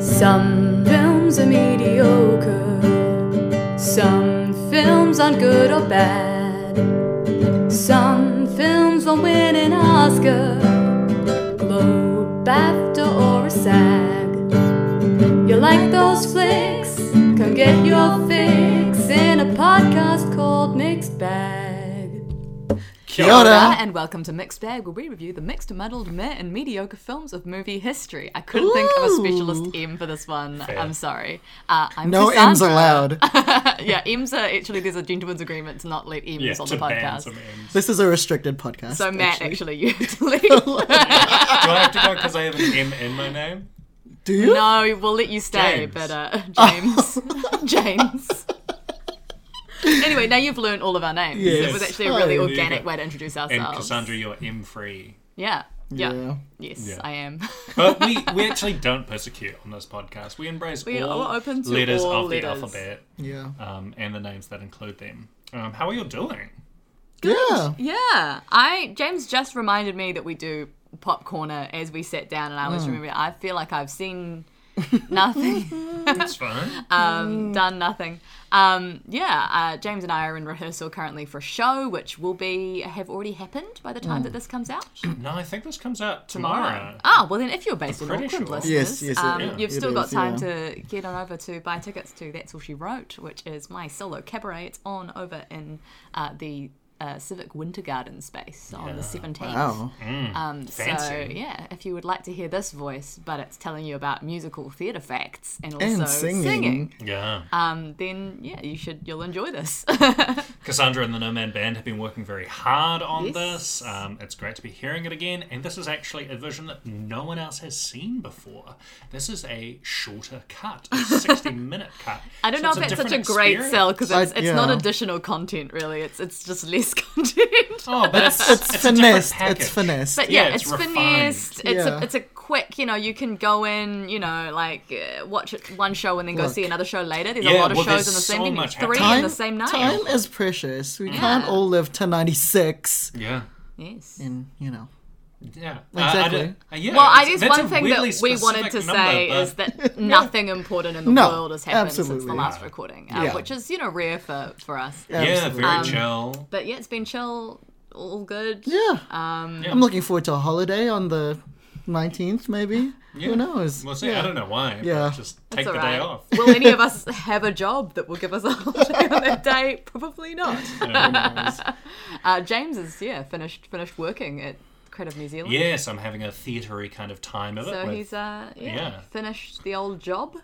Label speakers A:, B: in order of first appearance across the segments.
A: Some films are mediocre, some films aren't good or bad, some films won't win an Oscar, Globe, BAFTA, or a SAG. You like those flicks? Come get your fix in a podcast called Mixed Bag.
B: Kia ora.
C: and welcome to Mixed Bag, where we review the mixed, muddled, meh, and mediocre films of movie history. I couldn't think of a specialist M for this one. I'm sorry. Uh, I'm
B: No M's
C: Cassandra.
B: allowed.
C: yeah, M's are actually there's a gentleman's agreement to not let M's
D: Yeah,
C: on
D: to
C: the
D: ban
C: podcast.
D: some M's.
B: This is a restricted podcast.
C: So Matt, actually, you have to leave.
D: Do I have to go because I have an M in my name?
B: do you?
C: no, we'll let you stay,
D: James.
C: but uh, James, James. Anyway, now you've learned all of our names.
B: Yes.
C: It was actually a really
B: Oh,
D: there you
C: organic
D: go.
C: way to introduce
D: And
C: ourselves.
D: Cassandra, you're M free.
C: Yeah. Yeah.
B: Yeah.
C: Yes,
D: Yeah.
C: I am.
D: But we, we actually don't persecute on this podcast. We embrace
C: We
D: all
C: are open to
D: letters
C: all
D: of the
C: letters.
D: alphabet
B: Yeah.
D: um, and the names that include them. Um, how are you doing?
B: Yeah.
C: Yeah, I James just reminded me that we do pop corner as we sat down, and I
B: Hmm.
C: was remembering. I feel like I've seen nothing,
D: It's fine.
C: um, done nothing. Um, yeah, uh, James and I are in rehearsal currently for a show, which will be have already happened by the time
B: Hmm.
C: that this comes out.
D: no, I think this comes out tomorrow.
C: Ah, well then, if you're based in
D: Pretty
C: Auckland,
D: sure.
C: listeners,
B: Yes, yes, it
C: um,
B: is.
C: you've
B: It
C: still got
B: is,
C: time
B: yeah.
C: to get on over to buy tickets to That's All She Wrote, which is my solo cabaret. It's on over in uh, the uh, Civic Winter Garden space on the 17th.
B: Wow.
C: Um, so
D: Fancy.
C: yeah, if you would like to hear this voice, but it's telling you about musical theatre facts and also
B: And
C: singing,
B: singing.
D: Yeah.
C: um, then yeah, you should you'll enjoy this.
D: Cassandra and the No Man Band have been working very hard on
C: Yes.
D: this. Um, it's great to be hearing it again. And this is actually a version that no one else has seen before. This is a shorter cut, a 60 minute cut.
C: I don't
D: So
C: know if
D: it's
C: that's such a
D: different
C: great
D: experience.
C: sell because
B: I-
C: it's, it's not
B: yeah.
C: additional content really. It's it's just less content.
D: Oh, but it's,
B: It's,
D: it's a different
B: finessed. It's
D: package.
B: finessed.
C: But yeah,
D: Yeah,
C: it's,
D: it's refined.
C: finessed. It's
B: Yeah.
C: a it's a quick. You know, you can go in. You know, like uh, watch it- one show and then go
B: Look.
C: see another show later. There's a
D: Yeah,
C: lot of
D: well,
C: shows
D: there's
C: in the
D: so
C: same venue.
D: much
C: Three
D: happening.
C: in the same night.
B: Time is precious. We can't all live to 96
D: Yeah.
C: yes.
B: and, you know.
D: Yeah.
B: Exactly.
D: uh, yeah,
C: Well, I
D: it's-
C: guess
D: that's
C: one
D: a
C: thing
D: weirdly
C: that we wanted to
D: specific number,
C: say
D: but-
C: is that nothing important in the
B: No,
C: world has happened since the
B: absolutely.
C: last recording, uh,
B: Yeah.
C: which is you know rare for for us.
D: Yeah,
B: Absolutely.
D: very chill.
C: Um, But yeah, it's been chill, all good.
B: Yeah.
C: Um,
B: I'm looking forward to a holiday on the 19th, maybe.
D: Yeah.
B: Who knows?
D: We'll see. I don't know why. but
B: Yeah.
D: Just
C: it's
D: take the
C: alright.
D: day off.
C: Will any of us have a job that will give us a holiday on that day? Probably not. Uh, James is yeah finished finished working at Creative New Zealand.
D: Yes, I'm having a theatery kind of time of it.
C: So
D: with-
C: he's uh yeah,
D: yeah.
C: finished the old job.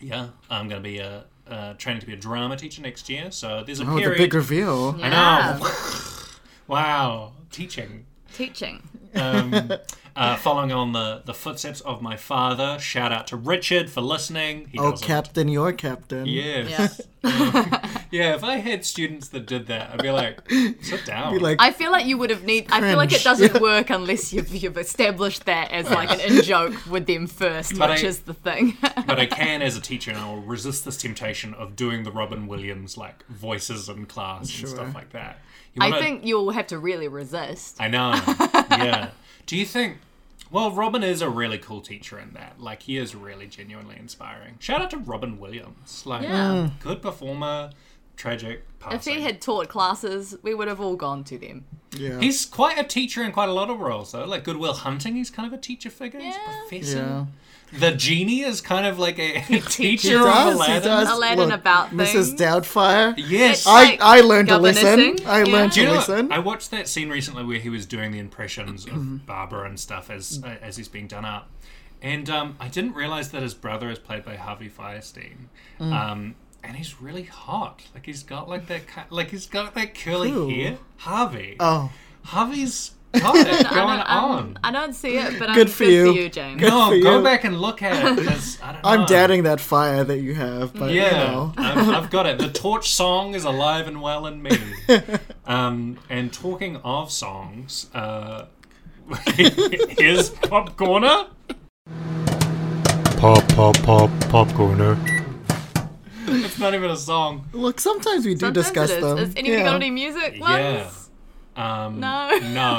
D: yeah, I'm going to be uh, uh, training to be a drama teacher next year. So there's a
B: Oh, the
D: period.
B: big reveal.
D: I know. wow, teaching.
C: Teaching.
D: Um, uh, following on the, the footsteps of my father. Shout out to Richard for listening. He
B: Oh,
D: doesn't.
B: Captain, you're Captain.
D: Yes. Yeah. if I had students that did that, I'd be like, sit down.
B: Be like,
C: I feel like you would have need. I feel like it
B: Cringe.
C: doesn't work unless you've you've established that as like an in joke with them first,
D: But
C: which
D: I-
C: is the thing.
D: but I can, as a teacher, and I will resist this temptation of doing the Robin Williams like voices in class and stuff like that. You
C: I
D: wanna-
C: think you'll have to really resist.
D: I know. yeah. Do you think? Well, Robin is a really cool teacher in that. Like, he is really genuinely inspiring. Shout out to Robin Williams. Like,
C: Yeah.
B: Hmm.
D: good performer, tragic. Passing.
C: If he had taught classes, we would have all gone to them.
B: yeah.
D: He's quite a teacher in quite a lot of roles, though. Like Goodwill Hunting, he's kind of a teacher figure. He's
C: Yeah.
D: a professor.
B: yeah.
D: The genie is kind of like a
C: He
D: teacher of
B: does, he
D: Aladdin.
B: does.
C: Aladdin about things.
B: Mrs. Doubtfire.
D: Yes.
C: It's-
B: I,
C: Like,
B: I learned to listen.
C: governassing?
B: I learned
C: Yeah.
D: Do you
B: to
D: know,
B: listen. Mm-hmm.
D: I watched that scene recently where he was doing the impressions of Barbara and stuff as
B: Mm.
D: uh, as he's being done up, and um, I didn't realize that his brother is played by Harvey Firestein,
B: Mm.
D: um, and he's really hot. Like he's got like that ki- like he's got that curly
B: Who?
D: hair. Harvey.
B: Oh,
D: Harvey's got it going
C: I don't,
D: on.
C: I don't see it, but I'm
B: Good
C: good
B: for
C: for you,
B: you.
C: James.
B: Good
D: no,
B: for
D: go
B: you.
D: back and look at it. 'cause I don't
B: I'm
D: know.
B: doubting that fire that you have, but you
D: Uh. Yeah,
B: know.
D: I've, I've got it. The torch song is alive and well in me. Um, and talking of songs, uh, here's Pop Corner.
E: Pop, pop, pop, popcorner.
D: It's not even a song.
B: Look, sometimes we do
C: Sometimes
B: discuss
C: it is.
B: them.
C: Has anybody
B: yeah.
C: got any music ones?
D: Yeah. Um,
C: No.
D: No.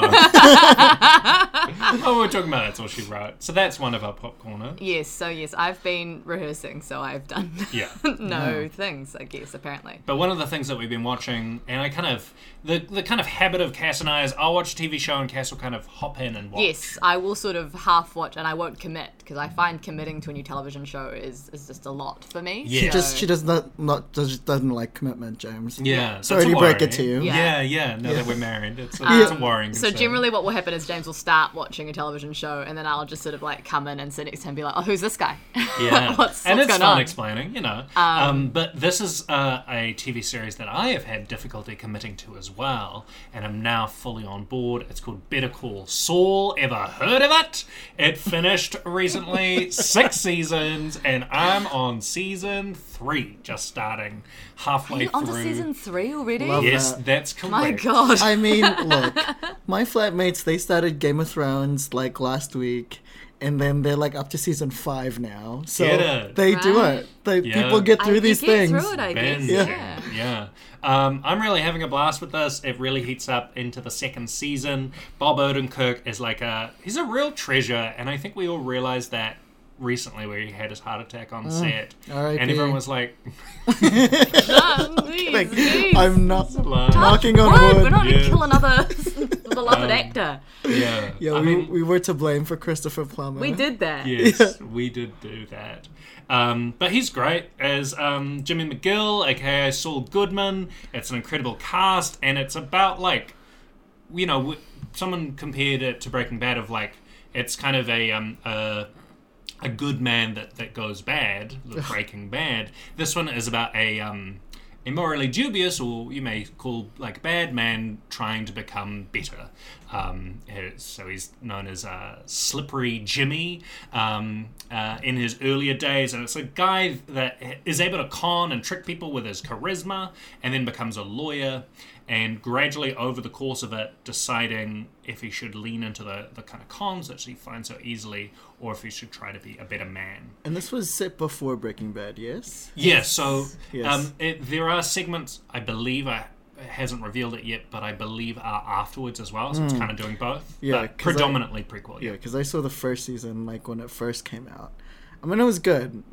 D: oh, we're talking about that's all she wrote. So that's one of our pop corner.
C: Yes, so yes, I've been rehearsing, so I've done
D: Yeah.
C: no things, I guess, apparently.
D: But one of the things that we've been watching, and I kind of the the kind of habit of Cass and I is I'll watch a TV show and Cass will kind of hop in and watch.
C: Yes, I will sort of half watch and I won't commit because I find committing to a new television show is, is just a lot for me.
D: Yeah.
C: Yeah.
D: She
B: Just she does not not does, doesn't like commitment, James.
D: Yeah. that's
B: Sorry
D: a
B: to break
D: worry.
B: it to you.
D: Yeah, yeah.
C: Yeah. Um,
D: now that we're married, it's a, it's a worrying.
C: So
D: concern.
C: generally, what will happen is James will start watching a television show, and then I'll just sort of like come in and sit next to him and be like, "Oh, who's this guy?
D: yeah,
C: what's,
D: and it's
C: what's going
D: fun
C: on?"
D: explaining, you know. Um, but this is uh, a TV series that I have had difficulty committing to as well, and I'm now fully on board. It's called Better Call Saul. Ever heard of it? It finished recently, six seasons, and I'm on season three, just starting
C: Are
D: halfway
C: you on to
D: through.
C: season three already?
B: Love
D: yes,
B: that.
D: that's correct.
C: My Oh, God,
B: I mean, look, my flatmates they started Game of Thrones like last week, and then they're like up to season five now. So
D: Get it.
B: they do
C: Right.
B: it. They
D: Yeah.
B: people get
C: I-
B: through
C: you
B: these
C: get
B: things.
C: Through it, I guess.
D: Bend.
C: Yeah.
D: Yeah. Um, I'm really having a blast with this. It really heats up into the second season. Bob Odenkirk is like a he's a real treasure, and I think we all realized that recently where he had his heart attack
B: Mm.
D: on set.
B: R.I.P..
D: And everyone was like,
C: Done. Jeez,
B: Like,
C: jeez.
B: I'm not
D: "Blah."
B: knocking on
C: What?
B: wood.
C: We're not
D: Yeah. Um,
C: gonna kill another beloved actor.
D: yeah.
B: yeah,
D: I
B: we,
D: mean,
B: we were to blame for Christopher Plummer.
C: We did that.
D: Yes, we did do that. Um, but he's great as um, Jimmy McGill, aka Saul Goodman. It's an incredible cast, and it's about like, you know, w- someone compared it to Breaking Bad of like, it's kind of a um, a, a good man that that goes bad, the Breaking Bad. This one is about a um, immorally dubious, or you may call like bad man trying to become better. Um, eh, so he's known as uh, Slippery Jimmy um, uh, in his earlier days, and it's a guy that is able to con and trick people with his charisma, and then becomes a lawyer, and gradually over the course of it, deciding if he should lean into the, the kind of cons that he finds so easily, or if he should try to be a better man.
B: And this was set before Breaking Bad, yes?
D: Yeah, so
B: Yes.
D: um, it, there are segments I believe I it hasn't revealed it yet, but I believe are afterwards as well. So it's kind of doing both.
B: Hmm. Yeah,
D: but
B: 'cause I-
D: predominantly prequel.
B: Yeah, because I saw the first season like when it first came out. I mean, it was good,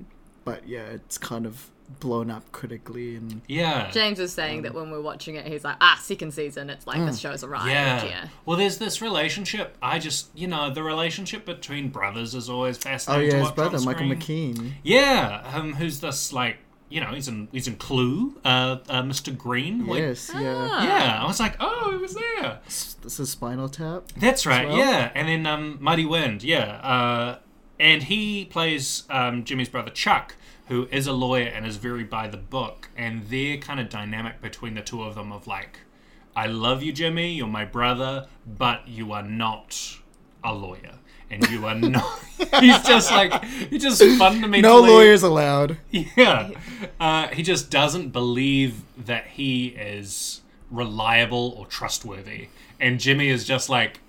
B: but yeah, it's kind of blown up critically and
D: yeah.
C: James was saying
D: Um,
C: that when we we're watching it, he's like, "Ah, second season. It's like this show's arrived."
D: mm. Yeah.
C: Yeah.
D: Well, there's this relationship. I just, you know, the relationship between brothers is always
B: oh
D: fascinating.
B: yeah,
D: to
B: his
D: watch on
B: brother Michael
D: screen.
B: McKean.
D: Yeah, um, who's this like? You know, he's in he's in Clue. Uh, uh Mr. Green. Like, ah.
B: Yes, yeah.
D: Yeah, I was like, oh, it was there.
B: This is Spinal Tap.
D: That's right,
B: well.
D: yeah. And then um, Mighty Wind, yeah. Uh, and he plays um, Jimmy's brother Chuck, who is a lawyer and is very by the book. And their kind of dynamic between the two of them of like, I love you, Jimmy, you're my brother, but you are not a lawyer. And you are not. he's just like, he just fundamentally.
B: No lawyers allowed.
D: Yeah. Uh, he just doesn't believe that he is reliable or trustworthy. And Jimmy is just like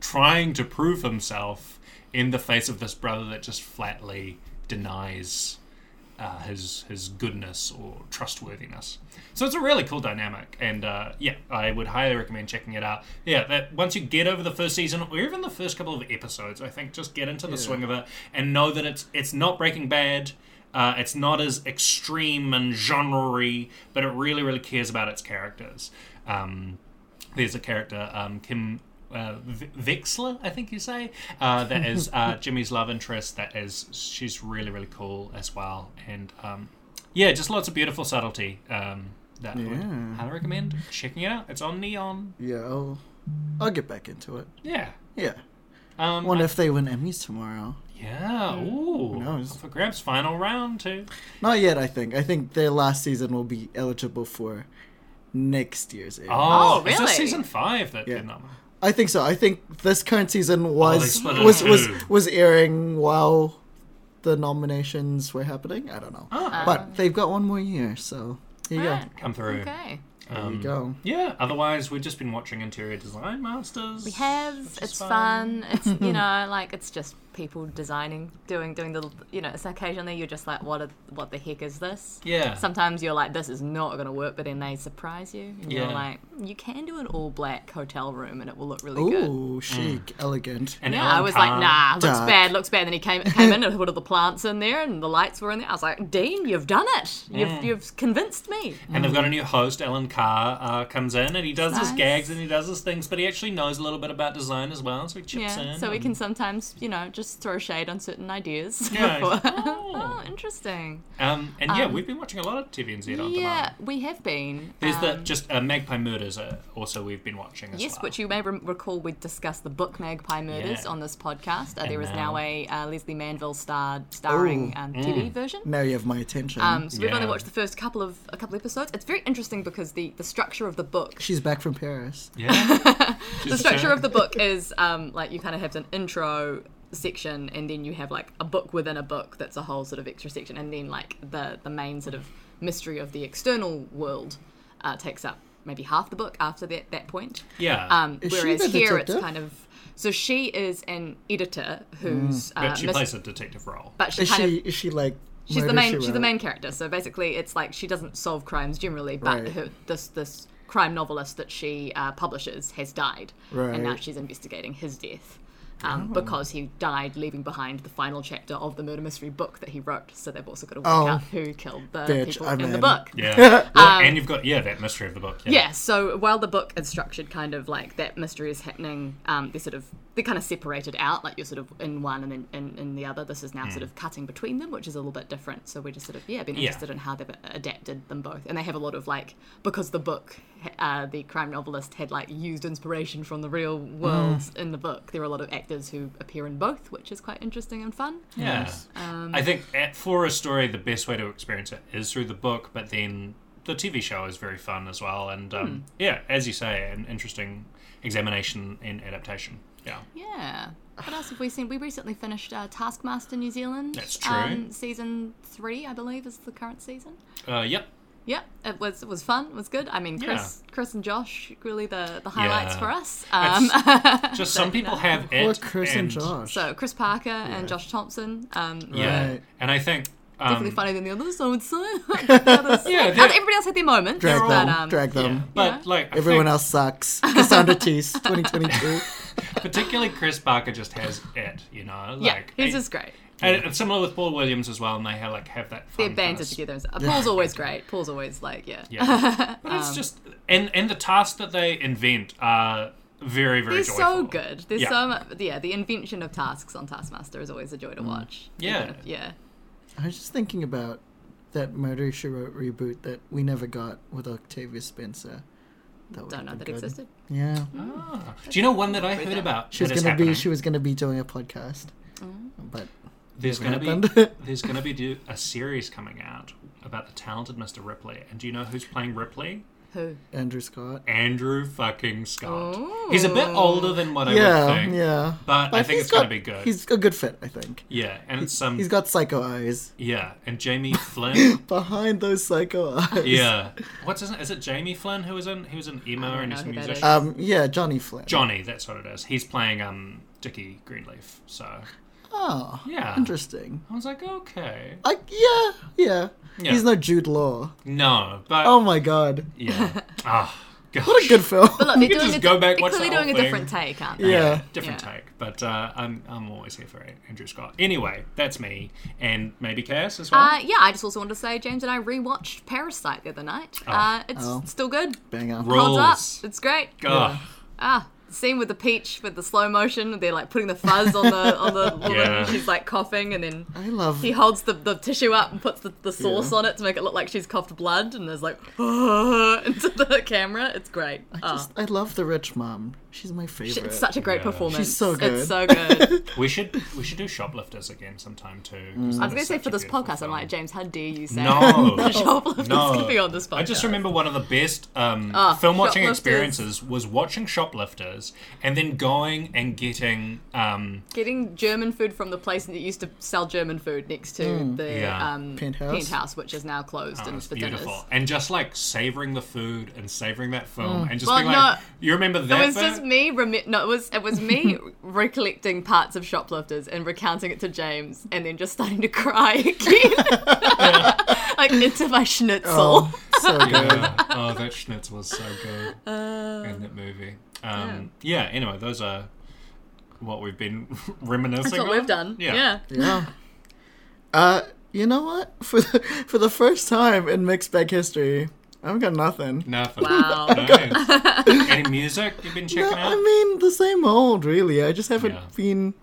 D: trying to prove himself in the face of this brother that just flatly denies uh, his his goodness or trustworthiness. So it's a really cool dynamic, and uh, yeah, I would highly recommend checking it out. Yeah, that once you get over the first season or even the first couple of episodes, I think just get into the swing of it and know that it's it's not Breaking Bad. Uh, it's not as extreme and genre but it really, really cares about its characters. Um, there's a character, um, Kim uh, v- Vexler, I think you say, uh, that is uh, Jimmy's love interest. That is, she's really, really cool as well. And um, yeah, just lots of beautiful subtlety. Um, that I would
B: Yeah.
D: highly recommend checking it out. It's on Neon.
B: Yeah, I'll, I'll get back into it.
D: Yeah.
B: Yeah.
D: Um,
B: Wonder if they win Emmys tomorrow.
D: yeah. Ooh.
B: knows?
D: Up For grabs, final round too.
B: Not yet, I think. I think their last season will be eligible for next year's Emmy.
D: Oh,
C: Oh,
D: Is this
C: really?
D: season five that
B: Yeah.
D: did not?
B: I think so. I think this current season
D: Oh, they
B: was
D: split it
B: was,
D: in
B: was
D: two.
B: was airing while the nominations were happening. I don't know.
D: Ah.
B: But they've got one more year, so here you
C: Right.
D: Come through.
C: Okay.
B: go.
D: Um,
B: There you go.
D: Yeah. Otherwise, we've just been watching Interior Design Masters.
C: We have.
D: which is
C: It's fun. It's you know, like it's just people designing, doing doing the you know. It's occasionally you're just like, what are, what the heck is this?
D: Yeah.
C: Sometimes you're like, this is not gonna work, but then they surprise you, and you're
D: Yeah.
C: like, you can do an all black hotel room, and it will look really good.
B: Ooh,
D: Mm.
B: chic, elegant.
D: And
C: Yeah,
D: Alan
C: I was
D: Carr-
C: like, nah, looks
B: Dark.
C: bad, looks bad. Then he came came in and put all the plants in there, and the lights were in there. I was like, Dean, you've done it. You've you've convinced me.
D: And they've got a new host, Alan Carr, uh, comes in and he does his
C: Mm. Nice.
D: gags and he does his things, but he actually knows a little bit about design as well, so he chips
C: Yeah,
D: in.
C: so we
D: and-
C: can sometimes, you know, just throw shade on certain ideas.
D: Yeah,
C: before-
D: it's like,
C: oh.
D: oh.
C: interesting.
D: Um, and yeah, we've been watching a lot of TVNZ on
C: yeah,
D: demand.
C: we have been.
D: There's the
C: um,
D: just uh, Magpie Murders uh, also we've been watching as
C: Yes,
D: well.
C: which you may re- recall we discussed the book Magpie Murders
D: Yeah.
C: on this podcast. Uh, there is
D: now- Mm.
C: now a uh, Leslie Manville starred, starring
B: Ooh.
C: um, TV version.
B: Now you have my attention.
C: Um, so we've only
D: Yeah.
C: watched the first couple of a couple episodes. It's very interesting because the, the structure of the book
B: She's back from Paris.
D: Yeah.
C: the structure of the book is um, like you kind of have an intro section and then you have like a book within a book that's a whole sort of extra section and then like the the main sort of mystery of the external world uh, takes up maybe half the book after that that point
D: Yeah.
C: um,
B: Is she
C: whereas
B: the
C: here it's
B: detective?
C: kind of so she is an editor who's uh,
D: Mm. but she
C: mis-
D: plays a detective role.
C: but she
B: Is
C: kind
B: she?
C: of
B: Is she like?
C: she's the
B: murder,
C: main
B: she
C: she's the
B: wrote?
C: main character so basically it's like she doesn't solve crimes generally but
B: Right.
C: her, this this crime novelist that she uh, publishes has died and now
B: Right.
C: she's investigating his death um,
D: Oh.
C: because he died leaving behind the final chapter of the murder mystery book that he wrote so they've also got to work
B: Oh.
C: out who killed the
B: Bitch,
C: people
B: I'm
C: in the
B: in.
C: book
D: Yeah. Well, and you've got, yeah, that mystery of the book.
C: um, yeah, so while the book is structured kind of like that mystery is happening, um, they're sort of they're kind of separated out, like you're sort of in one and in, in, in the other. This is now sort of cutting between them, which is a little bit different. So we're just sort of Hmm. yeah, been interested in how they've adapted them both, and they have a lot of like because the book, uh, the crime novelist had like used inspiration from the real world in the book. There are a lot of actors who appear in both, which is quite interesting and fun.
D: Yeah.
C: Um,
D: I think at, for a story, the best way to experience it is through the book, but then the TV show is very fun as well. And
C: Hmm.
D: um, yeah, as you say, an interesting examination and adaptation. Yeah.
C: Yeah. What else have we seen? We recently finished uh, Taskmaster New Zealand. Um,
D: That's true.
C: season three, I believe, is the current season.
D: Uh, yep.
C: Yep, it was it was fun. It was good. I mean, Chris, Chris and Josh really the the highlights
D: Yeah.
C: for us. Um,
D: It's- Just some people have it.
B: Or Chris and Josh.
C: so Chris Parker and Josh Thompson. Um,
D: Yeah.
B: Right.
D: And I think.
C: definitely
D: Um,
C: funnier than the others. I would say. The others-
D: Yeah,
C: uh,
D: they're-
C: everybody else had their moment.
B: drag
C: but,
B: them.
C: um,
B: drag them.
D: yeah. But like I
B: Everyone
D: think
B: else sucks. Cassandra Tease, 2022.
D: particularly Chris Barker just has it, you know.
C: Yeah,
D: Like
C: he's
D: I-
C: just great.
D: and it's similar with Paul Williams as well, and they have like have that. Fun
C: They're banded
D: kinda s-
C: together. And stuff. Paul's always great. Paul's always like, yeah. Um,
D: Yeah, but it's just and and the tasks that they invent are very very.
C: They're
D: joyful.
C: so good. There's
D: Yeah.
C: so much. Yeah, the invention of tasks on Taskmaster is always a joy to watch.
D: Mm. Yeah.
C: Even if- yeah.
B: I was just thinking about that Murder She Wrote reboot that we never got with Octavia Spencer. That
C: Don't
B: would've
C: know
B: been
C: that
B: good.
C: existed. Mm.
B: Yeah,
D: Ah. Do you know one that I heard about?
B: she was
D: that is
B: gonna be.
D: happening?
B: She was gonna be doing a podcast,
C: Mm.
B: but
D: there's gonna be
B: happened.
D: there's gonna be do- a series coming out about the talented Mr. Ripley, and do you know who's playing Ripley?
C: Who?
B: Andrew Scott.
D: Andrew fucking Scott. He's a bit
C: Oh.
D: older than what I would
B: Yeah,
D: think.
B: yeah.
D: But I think
B: he's
D: it's gonna
B: got-
D: be good.
B: He's a good fit, I think.
D: Yeah, and it's some
B: He's got psycho eyes.
D: yeah, and Jamie Flynn.
B: Behind those psycho eyes.
D: Yeah, what's his name? Is it Jamie Flynn who was in? He was an emo
C: don't
D: and
C: know
D: he's a
C: who that
D: musician.
C: is.
B: Um. Yeah, Johnny Flynn.
D: Johnny, that's what it is. He's playing um Dickie Greenleaf. So
B: Oh,
D: yeah,
B: interesting.
D: I was like, okay,
B: Like, yeah, yeah,
D: Yeah.
B: He's no Jude Law.
D: no, but
B: Oh my god.
D: yeah, ah, gosh.
B: What a good film.
C: But look, they're
D: could
C: doing
D: just
C: a,
D: go back,
C: they're
D: watch the
C: clearly
D: whole
C: doing a
D: thing.
C: different take, aren't they?
B: yeah.
D: different
C: Yeah.
D: take. But uh, I'm I'm always here for Andrew Scott. Anyway, that's me, and maybe Cass as well.
C: Uh, yeah, I just also wanted to say, James and I rewatched Parasite the other night. Uh, it's
B: Oh.
C: still good.
B: Banger.
D: Ro-
C: Holds
D: Rules.
C: up. It's great.
D: Ugh.
C: Ah, the scene with the peach with the slow motion. They're like putting the fuzz on the on the woman.
D: Yeah.
C: And she's like coughing, and then
B: I love.
C: he holds the, the tissue up and puts the, the sauce
B: Yeah.
C: on it to make it look like she's coughed blood, and there's like into the camera. It's great.
B: I just. I love the rich mom. She's my
C: Sh-
B: favorite.
C: It's such a great
D: Yeah.
C: performance.
B: She's so
C: It's
B: good.
C: so good.
D: We should we should do shoplifters again sometime
B: Mm.
D: too. 'cause
C: I was
D: that
C: going to
D: is
C: say
D: such
C: for
D: a
C: this
D: beautiful
C: podcast, I'm
D: film.
C: like, James, how dare you say
D: No.
C: shoplifters
D: No.
C: could be on this podcast?
D: I just remember one of the best um,
C: Ah,
D: film watching
C: Shoplifters.
D: experiences was watching Shoplifters and then going and getting um,
C: getting German food from the place that used to sell German food next to the
D: Yeah.
C: um,
B: Penthouse.
C: which is now closed and
D: It's
C: for
D: Oh, beautiful.
C: dinners.
D: And just like savoring the food and savoring that film and just
C: Mm. Well,
D: being like,
C: no.
D: you remember that?
C: It was
D: bit?
C: just me. Remi- no, it was it was me recollecting parts of Shoplifters and recounting it to James, and then just starting to cry again, like into my schnitzel.
B: Oh, so good.
D: Yeah. oh, that schnitzel was so good
C: Uh,
D: in that movie. Um, yeah. Anyway, those are what we've been reminiscing.
C: That's what
D: on.
C: we've done.
D: Yeah.
C: yeah.
B: Yeah. Uh, you know what? For the, for the first time in mixed bag history, I've got nothing.
D: Nothing.
C: Wow.
D: Nice. Any music you've been checking
B: No,
D: out?
B: I mean the same old, really. I just haven't
D: Yeah.
B: been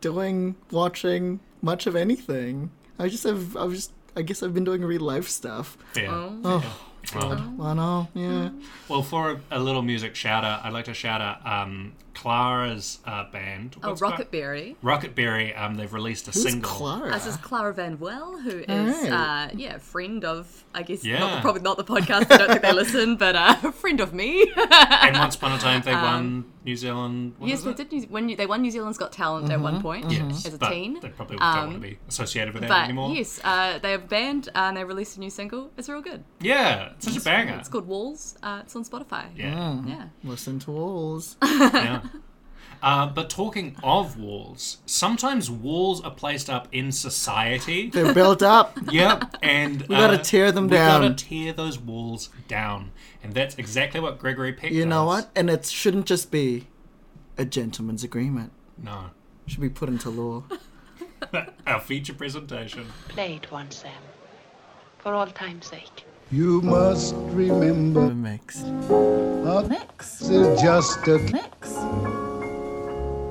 B: doing, watching much of anything. I just have. I was just. I guess I've been doing real life stuff.
D: yeah.
B: Oh,
D: Well,
B: I know. Yeah.
D: well, for a, a little music shout out, I'd like to shout out um, Clara's uh, band.
C: Oh,
D: What's it called?
C: Rocketberry.
D: Rocketberry. Um, they've released a
B: Who's
D: single.
B: Clara?
C: This is Clara Van Well, who is
B: Alright.
C: uh, yeah, a friend of I guess not
D: Yeah.
C: the, probably not the podcast. I don't think they listen, but uh, a friend of me.
D: And once upon a time, they won New Zealand. What
C: Um, yes,
D: is
C: they
D: it?
C: did. New, when you- they won New Zealand's Got Talent at one point
D: Yes,
C: as a
D: but
C: teen.
D: They probably don't
C: Um,
D: want to be associated with that
C: But
D: anymore.
C: yes, uh, they have banned uh, and they released a new single. It's real good.
D: Yeah, it's such a banger.
C: It's called Walls. Uh, it's on Spotify.
D: Yeah.
B: Mm.
C: Yeah.
B: Listen to walls.
D: yeah. Uh, but talking of walls, sometimes walls are placed up in society.
B: They're built up.
D: Yep, and we
B: gotta tear them
D: we
B: down.
D: gotta tear those walls down, and that's exactly what Gregory Peck.
B: You know
D: does.
B: what? And it shouldn't just be a gentleman's agreement.
D: No,
B: It should be put into law.
D: our feature presentation.
F: Play it once, Sam. For all time's sake.
G: You must remember
B: Mixed.
G: this is just a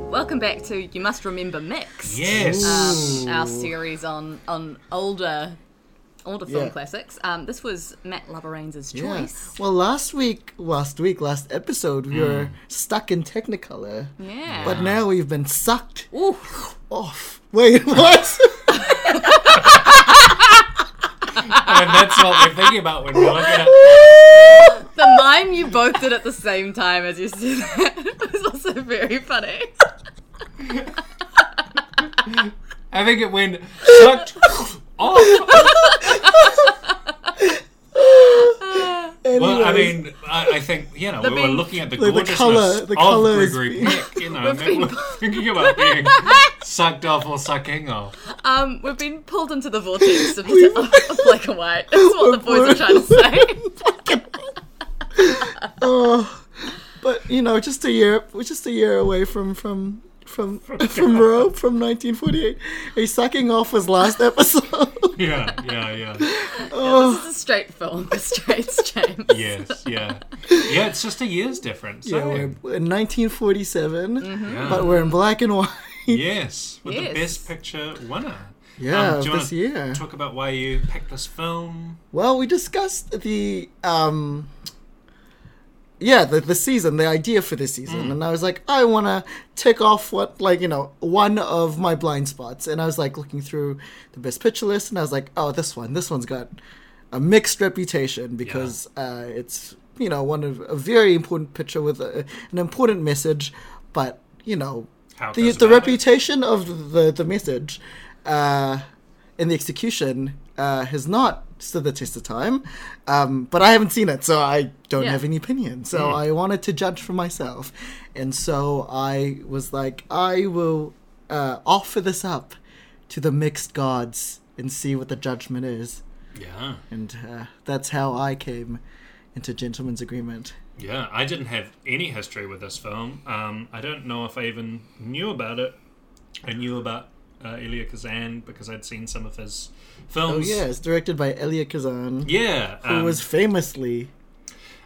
C: Welcome back to You Must Remember Mix.
D: Yes.
C: um, our series on on older older film
B: Yeah.
C: classics. Um, this was Matt Laboraine's
B: Yeah.
C: choice.
B: Well, last week, last week, last episode, we were stuck in Technicolor,
C: Yeah.
B: but now we've been sucked
C: Ooh.
B: off. Wait, what?
D: and that's what we're thinking about when we're looking at.
C: The mime you both did at the same time as you said that was also very funny.
D: I think it went sucked off. Well, I
B: Anyways,
D: mean, I, I think you know we were
C: being-
D: looking at the
B: the
D: gorgeousness
B: colour- the
D: of
B: colours.
D: Gregory Peck. You know, and we were thinking about being sucked off or sucking off.
C: Um, we've been pulled into the vortex of, of black and white. That's what the boys are trying to say.
B: oh, but you know, just a year, we're just a year away from from from from Rome, from 1948. A sucking off was last episode.
D: Yeah, yeah, yeah.
C: This is a straight film for straights, James.
D: Yes, yeah, yeah. It's just a year's difference. eh?
B: yeah, we're Mm-hmm. in 1947,
D: Yeah.
B: but we're in black and white.
D: Yes, with the
C: Yes.
D: Best Picture winner. Um,
B: Yeah,
D: do you
B: this
D: wanna
B: year.
D: Talk about why you picked this film.
B: Well, we discussed the um yeah, the, the season, the idea for this season, and I was like, I want to tick off what, like, you know, one of my blind spots. And I was like looking through the best picture list, and I was like, oh, this one, this one's got a mixed reputation because uh, it's, you know, one of a very important picture with a, an important message, but you know,
D: How it
B: the
D: goes
B: the
D: about it.
B: reputation of the the message, uh, and the execution uh, has not stood the test of time. Um, but I haven't seen it, so I don't
C: Yeah.
B: have any opinion. So
D: Mm.
B: I wanted to judge for myself, and so I was like, I will uh, offer this up to the mixed gods and see what the judgment is.
D: Yeah,
B: And uh, that's how I came into gentleman's agreement.
D: yeah. I didn't have any history with this film. Um, I don't know if I even knew about it. I knew about uh, Elia Kazan because I'd seen some of his
B: Oh
D: films.
B: yeah, it's directed by Elia Kazan.
D: yeah.
B: who
D: um, Uh-huh.
B: was famously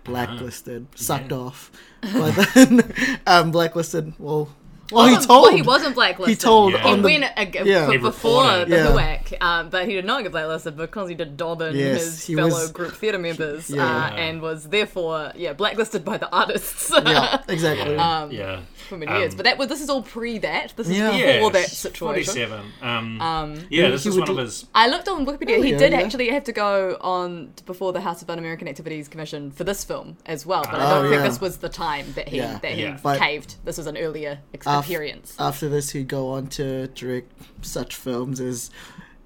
B: blacklisted, sucked off, but then um, blacklisted. Well, well, Oh, he
C: Well,
B: told
C: he wasn't blacklisted.
B: He told
D: Yeah.
C: He
B: on the
C: went ag-
B: yeah.
C: b-
B: He
C: uh, before
D: reported.
C: the
B: Yeah.
C: whack, um, but he did not get blacklisted because he did dob in
B: Yes,
C: his
B: he
C: fellow
B: was-
C: group theatre members
B: yeah.
C: uh, and was therefore yeah blacklisted by the artists
B: yeah, exactly.
C: Um,
D: yeah. yeah.
C: for many years.
D: Um,
C: But that was this is all pre that. This is
B: Yeah.
C: before
D: Yes,
C: that situation.
D: Forty-seven. Um, yeah, this
B: he
D: is
B: would
D: one of
B: do-
D: his.
C: I looked on Wikipedia. he
B: Oh, yeah,
C: did
B: yeah.
C: actually have to go on t- before the House of Un-American Activities Commission for this film as well, but I
B: Oh,
C: don't think
B: yeah.
C: this was the time that he
B: Yeah.
C: that he
D: Yeah.
B: But-
C: caved. This was an earlier ex-
B: Af-
C: appearance.
B: After this, he'd go on to direct such films as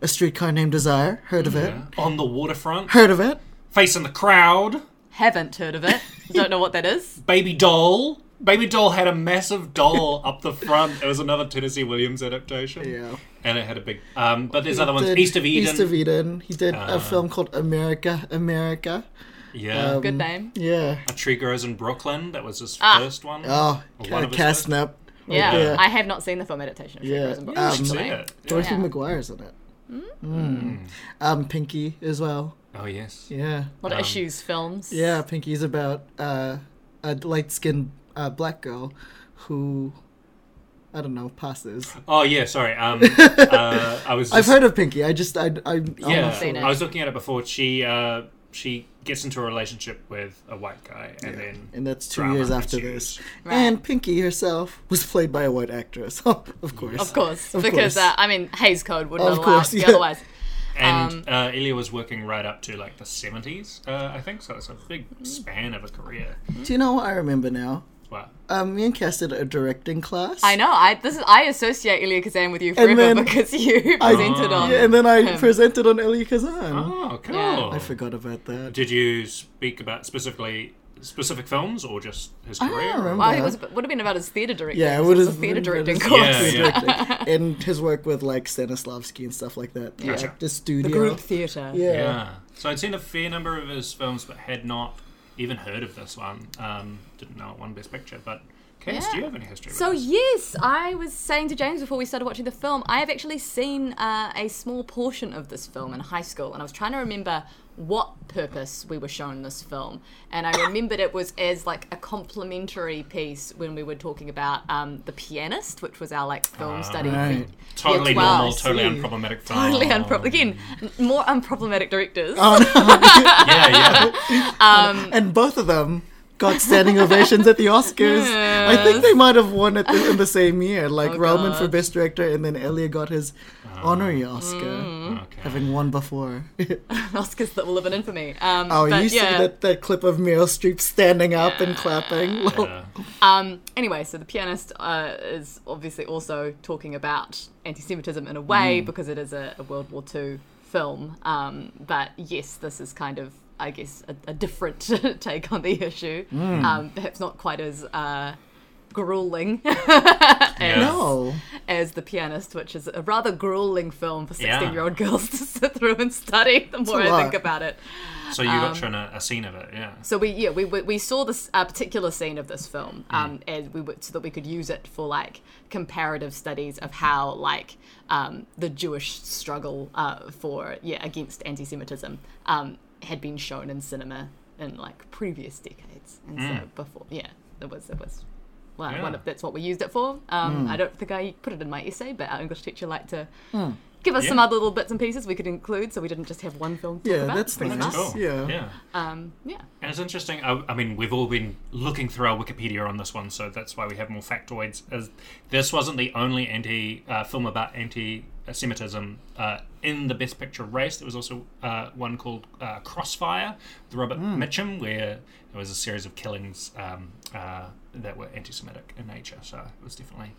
B: A Streetcar Named Desire. Heard of it?
D: Yeah. On the waterfront,
B: Heard of it?
D: facing the crowd,
C: Haven't heard of it. don't know what that is.
D: baby doll. Baby Doll had a massive doll up the front. It was another Tennessee Williams adaptation.
B: Yeah.
D: And it had a big. Um, but there's other ones.
B: Did
D: East of Eden. Uh-huh.
B: East of Eden. He did a film called America, America.
D: Yeah.
B: Oh,
C: Good name.
B: Yeah.
D: a Tree Grows in Brooklyn. That was his first one.
B: Oh,
D: Or one
B: Ca-
D: of his first-
B: Castnap.
C: Yeah.
D: Yeah.
C: I have not seen the film adaptation of Tree
B: Yeah,
C: Grows in Brooklyn,
B: um,
D: You should see
C: actually.
D: it. Yeah.
B: Dorothy
C: Yeah.
B: McGuire's in it.
D: Hmm.
B: Mm. Um, Pinky as well.
D: Oh, yes.
B: Yeah.
C: A lot of issues films.
B: um, Yeah, Pinky's about uh, a light skinned uh, black girl who, I don't know, passes.
D: Oh, yeah, sorry. Um, uh, I was
B: I've
D: just-
B: heard Oh, of Pinky. I just, I, I, I'm not
D: Yeah,
B: sure.
C: seen it.
D: I was looking at it before. She uh, she gets into a relationship with a white guy, and then
B: And that's two
D: drama
B: years after
D: ensues.
B: this. And Pinky herself was played by a white actress. of course.
C: Of course.
B: Of
C: because,
B: course.
C: Uh, I mean, Hayes Code wouldn't
B: Of
C: allow
B: course,
C: it
B: yeah.
C: otherwise.
D: And
B: Um,
D: uh, Ilya was working right up to like the seventies, uh, I think. So it's a big span of a career.
B: Do you know what I remember now?
D: Wow.
B: Um, me and Cass did a directing class.
C: I know. I this is I associate Ilya Kazan with you forever
B: then
C: because you presented on.
B: Yeah, and then I presented on Elia Kazan.
D: Oh, cool.
C: Yeah.
B: I forgot about that.
D: Did you speak about specifically specific films or just his
B: I
D: career?
B: don't remember.
C: Well, it was, would have been about his theatre directing.
B: Yeah, it
C: because
B: would
C: it's
B: have
C: a theatre
B: been
C: directing
B: about
C: course.
D: Yeah, yeah.
B: directing. and his work with like Stanislavski and stuff like that. Yeah,
D: Gotcha.
B: the studio.
C: Group theatre.
B: Yeah.
D: Yeah. So I'd seen a fair number of his films, but had not even heard of this one. Um, didn't know it won Best Picture, but. Cass, do you have any history with
C: So
D: this?
C: yes, I was saying to James before we started watching the film, I have actually seen uh, a small portion of this film in high school, and I was trying to remember what purpose we were shown this film, and I remembered it was as like a complimentary piece when we were talking about um, the pianist, which was our like film study.
B: right.
D: Ah, Totally
C: Yeah, wow,
D: normal,
C: I
D: totally
B: see.
D: unproblematic film. Oh.
C: Totally unproblematic. Again, n- more unproblematic directors.
B: Um,
D: Yeah, yeah.
B: And both of them got standing ovations at the Oscars. I think they might have won it in the same year. Like
C: Oh,
B: Roman for Best Director, and then Elia got his honorary Oscar,
C: Mm.
D: Okay.
B: having won before.
C: Oscars that will live in infamy. Um,
B: oh,
C: but
B: you
C: yeah.
B: see that, that clip of Meryl Streep standing up and clapping? Well,
D: Yeah.
C: Um, anyway, so the pianist uh, is obviously also talking about anti-Semitism in a way
B: Mm.
C: because it is a, a World War II film. Um, but yes, this is kind of, I guess, a, a different take on the issue.
B: Mm.
C: Um, perhaps not quite as uh, grueling
D: Yeah.
B: No.
C: as the pianist, which is a rather grueling film for
D: Yeah.
C: sixteen-year-old girls to sit through and study. The more
B: a
C: I
B: lot.
C: think about it,
D: So you got shown a, a scene of it, yeah.
C: So we yeah we we, we saw this uh, particular scene of this film
B: Mm.
C: um and we would so that we could use it for like comparative studies of how like um the Jewish struggle uh for yeah against anti-Semitism um had been shown in cinema in like previous decades and
B: Mm.
C: so before yeah it was it was well, one
D: Yeah.
C: of that's what we used it for.
B: Mm.
C: Um, I don't think I put it in my essay, but our English teacher liked to
B: Hmm.
C: give us some
D: Yeah.
C: other little bits and pieces we could include, so we didn't just have one film. To talk
B: Yeah,
C: about.
B: that's
C: Pretty
B: nice.
D: Cool.
B: Yeah.
D: yeah.
C: Um, yeah.
D: And it's interesting. I, I mean, we've all been looking through our Wikipedia on this one, so that's why we have more factoids. As this wasn't the only anti uh, film about anti-Semitism uh, in the Best Picture race. There was also uh, one called uh, Crossfire, with Robert Mitchum, where there was a series of killings um, uh, that were anti-Semitic in nature. So it was definitely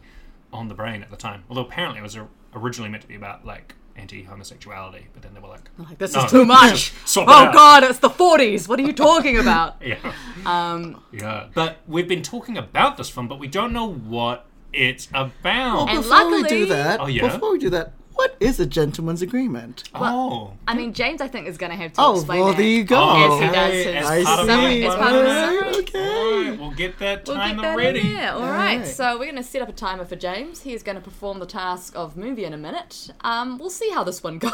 D: on the brain at the time. Although apparently it was or- originally meant to be about like anti-homosexuality, but then they were like,
C: Like, this
D: No,
C: is too much.
D: swap it
C: Oh
D: out.
C: God, it's the forties. What are you talking about?
D: Yeah. Um, yeah. But we've been talking about this film, but we don't know what it's about.
C: And
B: before we
C: luckily-
B: do that,
D: Oh, yeah?
B: before we do that, what is a gentleman's agreement?
D: oh.
C: I mean, James, I think is going to have to
B: Oh,
C: explain
B: well,
C: that.
B: there you go.
C: Yes, he
D: okay.
C: does his-
D: As part of
C: Summary-
D: my-
C: as part of his
D: Alright,
C: summary.
B: Okay.
D: Oh. alright, We'll get that
C: We'll
D: timer
C: get that
D: ready.
C: in there. All right.
B: right.
C: So we're going to set up a timer for James. He is going to perform the task of movie in a minute. Um, we'll see how this one goes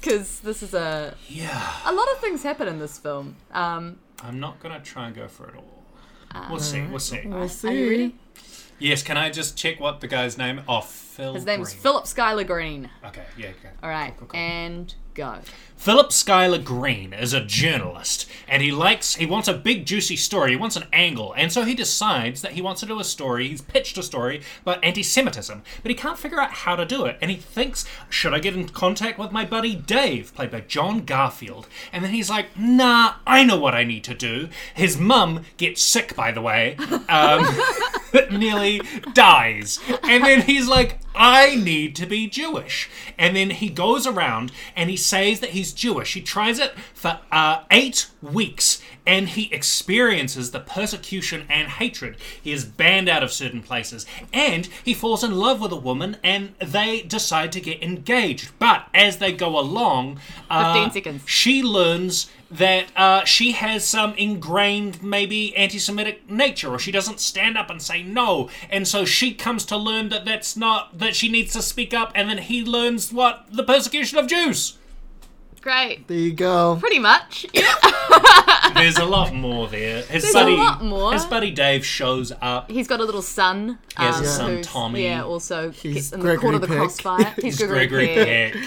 C: because this is a
D: Yeah.
C: a lot of things happen in this film. Um,
D: I'm not going to try and go for it all. We'll
C: Uh,
D: see. We'll see.
B: We'll see.
C: are you ready?
D: Yes, can I just check what the guy's name? Oh, Phil.
C: His name's
D: Green.
C: Philip Schuyler Green.
D: Okay, yeah, okay.
C: All right,
D: Cool, cool, cool.
C: and go.
D: Philip Schuyler Green is a journalist, and he likes he wants a big juicy story, he wants an angle, and so he decides that he wants to do a story, he's pitched a story about anti-Semitism, but he can't figure out how to do it, and he thinks, should I get in contact with my buddy Dave, played by John Garfield? And then he's like, nah, I know what I need to do. His mum gets sick, by the way. Um that nearly dies. And then he's like, I need to be Jewish. And then he goes around and he says that he's Jewish. He tries it for uh, eight weeks and he experiences the persecution and hatred. He is banned out of certain places and he falls in love with a woman and they decide to get engaged. But as they go along, uh,
C: 15 seconds.
D: she learns that uh, she has some ingrained, maybe anti Semitic nature, or she doesn't stand up and say no. And so she comes to learn that that's not, that she needs to speak up, and then he learns what? The persecution of Jews.
C: Great.
B: There you go.
C: Pretty much. Yeah.
D: There's a lot more there. His
C: There's a
D: buddy,
C: lot more.
D: His buddy Dave shows up.
C: He's got a little son.
D: He has
C: um,
D: a son,
C: who's-
D: Tommy.
C: Yeah, also
B: He's
C: gets in the
B: Gregory
C: court of the
B: Peck.
C: crossfire. He's Gregory,
D: Gregory
C: Peck.
D: Peck.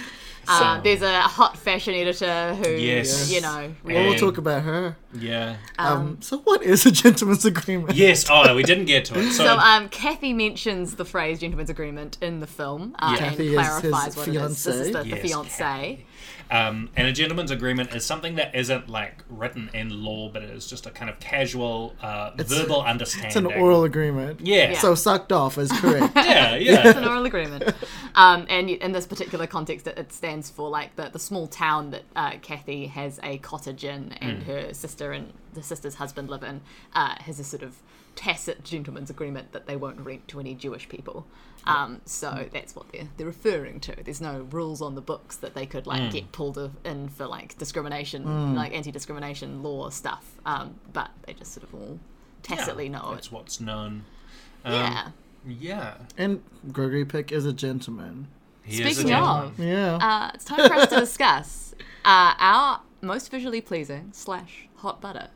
C: Um, there's a hot fashion editor who,
D: Yes.
C: you know,
D: Well,
C: really
B: We'll talk about her.
D: Yeah.
B: Um, so, what is a gentleman's agreement?
D: yes. Oh, no, we didn't get to it. So,
C: So um, Kathy mentions the phrase "gentleman's agreement" in the film uh, and
B: Kathy is his
C: clarifies what it is. This is the, the
D: Yes,
C: fiance.
D: Um, and a gentleman's agreement is something that isn't like written in law, but it is just a kind of casual uh, verbal understanding.
B: It's an oral agreement.
D: Yeah.
B: So, sucked off is correct.
D: Yeah, yeah.
C: It's an oral agreement, um, and you- in this particular context, it, it stands for like the, the small town that uh, Kathy has a cottage in, and
D: Mm.
C: her sister and the sister's husband live in. Uh, has a sort of tacit gentleman's agreement that they won't rent to any Jewish people. Um, so that's what they're they're referring to. There's no rules on the books that they could like
D: Mm.
C: get pulled of- in for like discrimination, like anti-discrimination law stuff. Um, but they just sort of all tacitly know it.
D: That's um, what's known.
C: Yeah.
D: Yeah.
B: and Gregory Peck is a gentleman.
D: He is a
C: Speaking
D: gentleman.
C: of.
B: Yeah.
C: Uh, it's time for us to discuss uh, our most visually pleasing slash hot butter.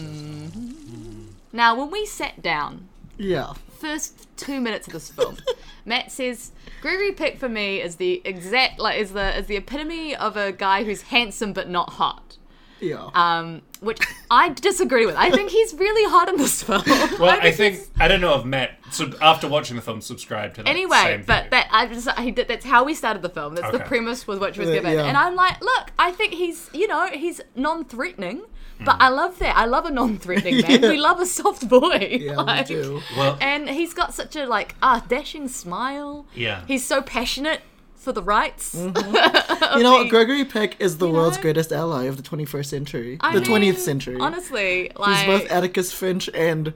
C: Mm. Now, when we sat down,
B: yeah.
C: first two minutes of this film, Matt says Gregory Peck for me is the exact like is the is the epitome of a guy who's handsome but not hot.
B: Yeah.
C: Um, which I disagree with. I think he's really hot in this film.
D: Well, I think I don't know if Matt sub- after watching the film subscribed to that.
C: Anyway,
D: same
C: but
D: view.
C: that I just I, that- that's how we started the film. That's the
D: Okay.
C: premise with which it was
B: Uh,
C: given,
B: yeah.
C: and I'm like, look, I think he's you know he's non-threatening, but I love that. I love a non-threatening man.
B: Hmm. Yeah.
C: We love a soft boy.
B: yeah,
C: like-
B: we do.
D: well,
C: And he's got such a like ah dashing smile.
D: Yeah.
C: he's so passionate for the rights.
B: Mm-hmm. You know what? Gregory Peck is the world's
C: know?
B: greatest ally of the 21st century.
C: I
B: the
C: mean,
B: 20th century.
C: Honestly,
B: He's
C: like
B: both Atticus Finch and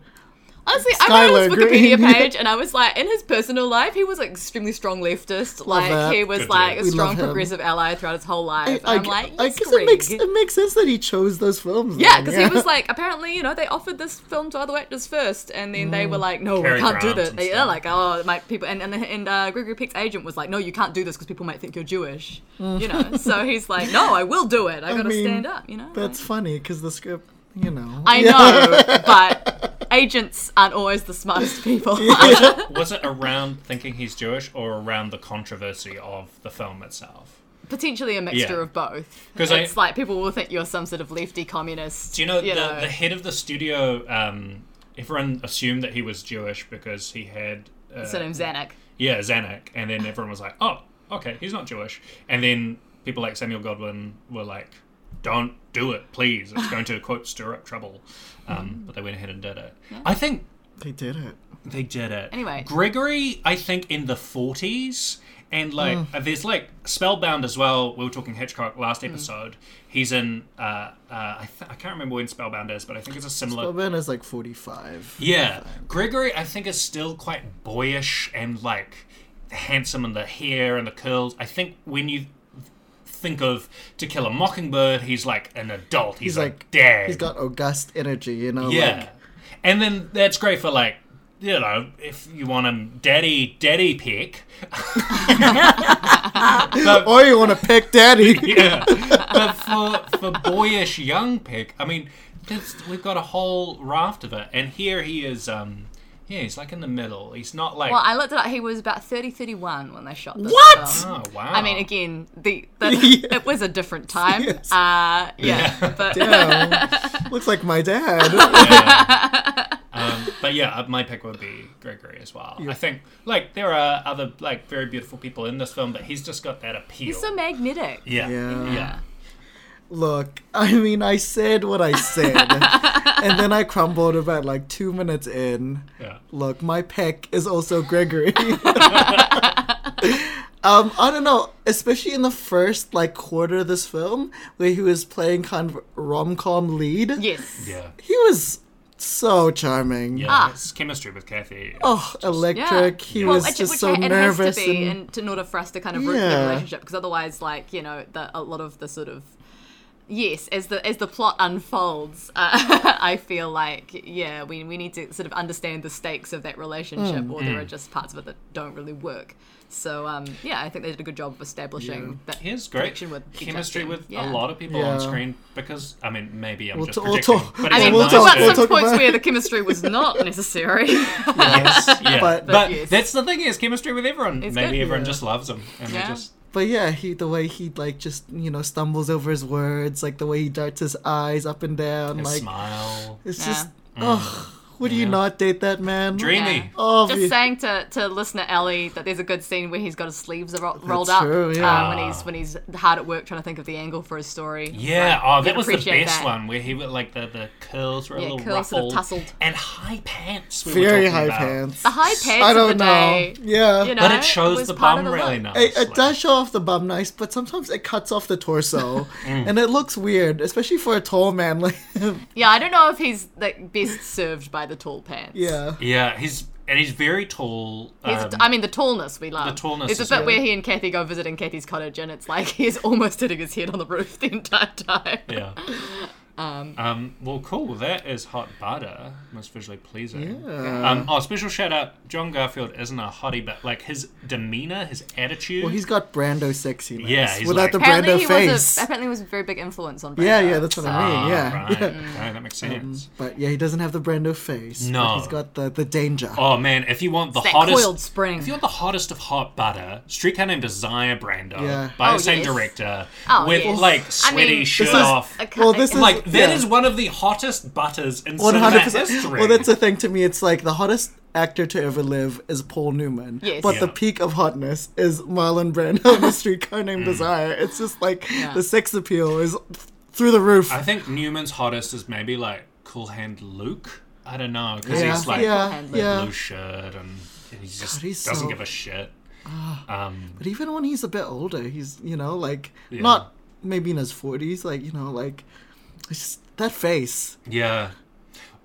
C: honestly, I
B: Skylar
C: read his Wikipedia
B: Green.
C: page, and I was like, in his personal life, he was like extremely strong leftist. Like
B: that.
C: he was
D: Good
C: like
D: dude.
C: a
B: We
C: strong
B: love him.
C: progressive ally throughout his whole life. and I'm
B: gu-
C: like,
B: I
C: yes,
B: guess it makes
C: Greg.
B: it makes sense that he chose those films.
C: Yeah,
B: then,
C: because he was like, apparently, you know, they offered this film to other actors first, and then
B: Mm.
C: they were like, no,
D: Cary
C: we can't do
D: Grant
C: this.
D: and
C: They, yeah,
D: stuff.
C: like, oh, my people, and and and uh, Gregory Peck's agent was like, no, you can't do this because people might think you're Jewish, you know. So he's like, no, I will do it. I gotta
B: Mm. mean,
C: stand up, you know.
B: That's funny because the script, you know.
C: I know, but agents aren't always the smartest people.
D: was it around thinking he's Jewish or around the controversy of the film itself?
C: Potentially a mixture
D: Yeah.
C: of both.
D: 'Cause I-
C: it's like people will think you're some sort of lefty communist.
D: Do you know, the, the head of the studio? Um, everyone assumed that he was Jewish because he had uh,
C: surname Zanuck.
D: yeah Zanuck, and then everyone was like, oh, okay, he's not Jewish, and then people like Samuel Godwin were like, don't do it, please, it's going to quote stir up trouble, um, but they went ahead and did it. I think
B: They did it.
D: they did it.
C: Anyway.
D: Gregory, I think in the 40s, and like uh, there's like Spellbound as well. We were talking Hitchcock last episode. He's in. Uh, uh, I, th- I can't remember when Spellbound is, but I think it's a similar.
B: Well, Ben is like 45.
D: Yeah, Gregory, I think is still quite boyish and like handsome, and the hair and the curls. I think when you think of To Kill a Mockingbird, he's like an adult. He's,
B: He's
D: like,
B: like-
D: dad.
B: He's got august energy, you know.
D: Yeah.
B: Like,
D: and then that's great for like, you know, if you want him daddy, daddy pick. but,
B: oh, you want to pick daddy?
D: yeah. But for, for boyish young pick, I mean, that's, we've got a whole raft of it. And here he is, um, yeah, he's like in the middle. He's not like,
C: Well, I looked it up. He was about 30, 31 when they shot this.
B: What?
C: film.
D: oh, wow.
C: I mean, again, the, the
B: Yeah.
C: it was a different time.
B: Yes.
C: Uh, yeah, but
B: Damn. Looks like my dad.
D: Yeah. um, but yeah, uh, my pick would be Gregory as well. I think like there are other like very beautiful people in this film, but he's just got that appeal.
C: he's so magnetic.
D: yeah,
B: Yeah.
D: yeah.
B: Look, I mean, I said what I said, and then I crumbled about like two minutes in.
D: Yeah.
B: Look, my peck is also Gregory. um, I don't know, especially in the first like quarter of this film where he was playing kind of rom com lead.
C: Yes.
D: Yeah.
B: He was so charming.
D: Yeah.
C: Ah.
D: It's chemistry with Kathy.
B: Oh, electric. He
C: Well,
B: was
C: which-
B: just
C: which
B: so
C: ha- it
B: nervous.
C: has to be,
B: and-
C: and, in order for us to kind of root for
B: Yeah.
C: the relationship, because otherwise, like you know, the, a lot of the sort of yes, as the as the plot unfolds, uh, I feel like yeah, we we need to sort of understand the stakes of that relationship,
B: Hmm.
C: or there are just parts of it that don't really work. So um, yeah, I think they did a good job of establishing that
D: He has great
C: connection with each other.
D: chemistry with a
C: Yeah.
D: lot of people on
B: Yeah.
D: screen because I mean maybe I'm
B: We'll
D: just
B: t- we'll
D: projecting,
B: talk-
D: but
C: I
D: it's
C: mean,
D: a
B: we'll
D: nice
B: talk-
C: but
D: bit.
B: we'll
C: some
B: talk
C: points
B: about-
C: where the chemistry was not necessary.
D: yes, yeah. But,
B: But-
C: yes.
D: that's the thing is chemistry with everyone.
C: It's
D: Maybe
C: good.
D: everyone just loves him, and they
C: Yeah.
D: just
B: But yeah, he the way he like just you know stumbles over his words, like the way he darts his eyes up and down,
D: they
B: like
D: smile.
B: it's
C: Yeah.
B: just ugh. Would you not date that man?
D: Dreamy.
B: Oh,
C: Just
B: be-
C: saying to, to listener Ellie that there's a good scene where he's got his sleeves ro- rolled up
B: true,
C: uh,
B: yeah.
C: when he's when he's hard at work trying to think of the angle for his story.
D: Yeah, oh, that
C: You'd
D: was the best
C: appreciate that.
D: one where he would like the, the curls were a
C: Yeah,
D: little
C: curls sort of
D: ruffled
C: tousled.
D: and high pants. We
B: very
D: were talking
B: high
D: about.
B: pants.
C: The high pants
B: I
C: of the
B: don't know.
C: day,
B: Yeah,
C: you know,
D: but it shows
C: was
D: the
C: part of
D: bum
C: the
D: really
C: look.
D: nice.
B: it, it
D: like-
B: does show off the bum nice, but sometimes it cuts off the torso,
D: Mm.
B: and it looks weird, especially for a tall man like him.
C: Yeah, I don't know if he's like best served by the tall pants.
B: Yeah,
D: Yeah, he's and he's very tall.
C: He's,
D: um,
C: I mean, the tallness we love.
D: the tallness
C: It's a
D: is
C: bit
D: good.
C: where he and Kathy go visiting Kathy's cottage, and it's like he's almost hitting his head on the roof the entire time.
D: yeah. Um, well, cool. That is hot butter. Most visually pleasing. Um, oh, special shout out. John Garfield isn't a hottie, but like his demeanor, his attitude.
B: well, he's got Brando sexy.
D: Yeah, he's
B: without
D: like-
B: the
C: Apparently,
B: Brando
C: he was
B: face.
C: a, apparently he was a very big influence on.
B: yeah,
C: Brando.
B: yeah, that's what I
D: Ah,
B: mean. Yeah, Um,
D: right.
B: yeah.
D: Okay, that makes sense.
B: But yeah, he doesn't have the Brando face.
D: No.
B: but he's got the the danger.
D: Oh man, if you want the
C: that
D: hottest,
C: coiled spring.
D: if you want the hottest of hot butter, streetcar named Desire Brando
B: Yeah.
D: by
C: Oh,
D: the same
C: yes.
D: director
C: Oh,
D: with
C: yes.
D: like sweaty
C: mean,
D: shirt
B: This is-
D: off.
C: Okay.
B: well, this is
D: like that is
B: yeah.
D: one of the hottest butters in
B: One hundred
D: cinema
B: percent.
D: history.
B: Well, that's the thing to me. It's like the hottest actor to ever live is Paul Newman.
C: Yes.
B: But the
D: Yeah.
B: peak of hotness is Marlon Brando in the streetcar named
D: Mm.
B: Desire. It's just like the sex appeal is through the roof.
D: I think Newman's hottest is maybe like Cool Hand Luke. I don't know because
B: yeah,
D: he's like
B: yeah,
C: Handler.
B: yeah.
D: blue shirt and he just
B: God, he's
D: doesn't
B: so- Ah.
D: give a shit. Um,
B: But even when he's a bit older, he's you know like
D: Yeah.
B: not maybe in his forties, like you know like it's just that face.
D: Yeah,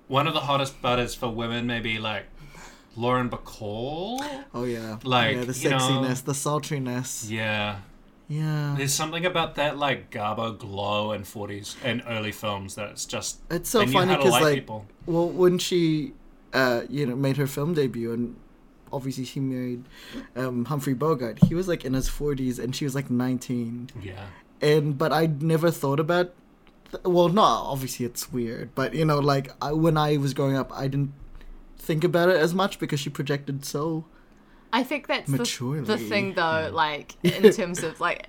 D: one of the hottest butters for women maybe like Lauren Bacall.
B: Oh yeah,
D: Like,
B: yeah, the
D: you know-
B: sexiness, the sultriness.
D: Yeah.
B: Yeah,
D: There's something about that like Garbo glow in 40s and early films that it's just
B: It's so
D: they knew
B: funny
D: how to
B: 'cause,
D: light
B: like,
D: people.
B: well, when she, uh, you know, made her film debut, and obviously she married um, Humphrey Bogart. He was like in his forties, and she was like nineteen.
D: Yeah,
B: And but I never thought about. Th- well, no, obviously it's weird, but you know, like I, when I was growing up, I didn't think about it as much because she projected so.
C: I think that's the, the
B: Maturely.
C: thing, though. Like in terms of like,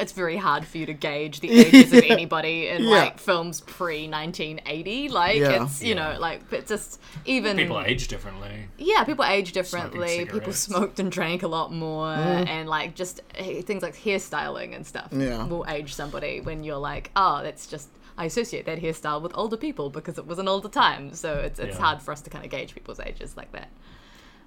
C: it's very hard for you to gauge the ages of anybody in
B: Yeah.
C: like films pre nineteen eighty. Like
B: Yeah.
C: it's you know like but just even
D: people age differently.
C: yeah people age differently. People
D: cigarettes.
C: smoked and drank a lot more, and like just eh, things like hairstyling and stuff
B: Mm. Yeah.
C: will age somebody when you're like, oh, that's just. I associate that hairstyle with older people because it was an older time, so it's it's
D: Yeah.
C: hard for us to kind of gauge people's ages like that.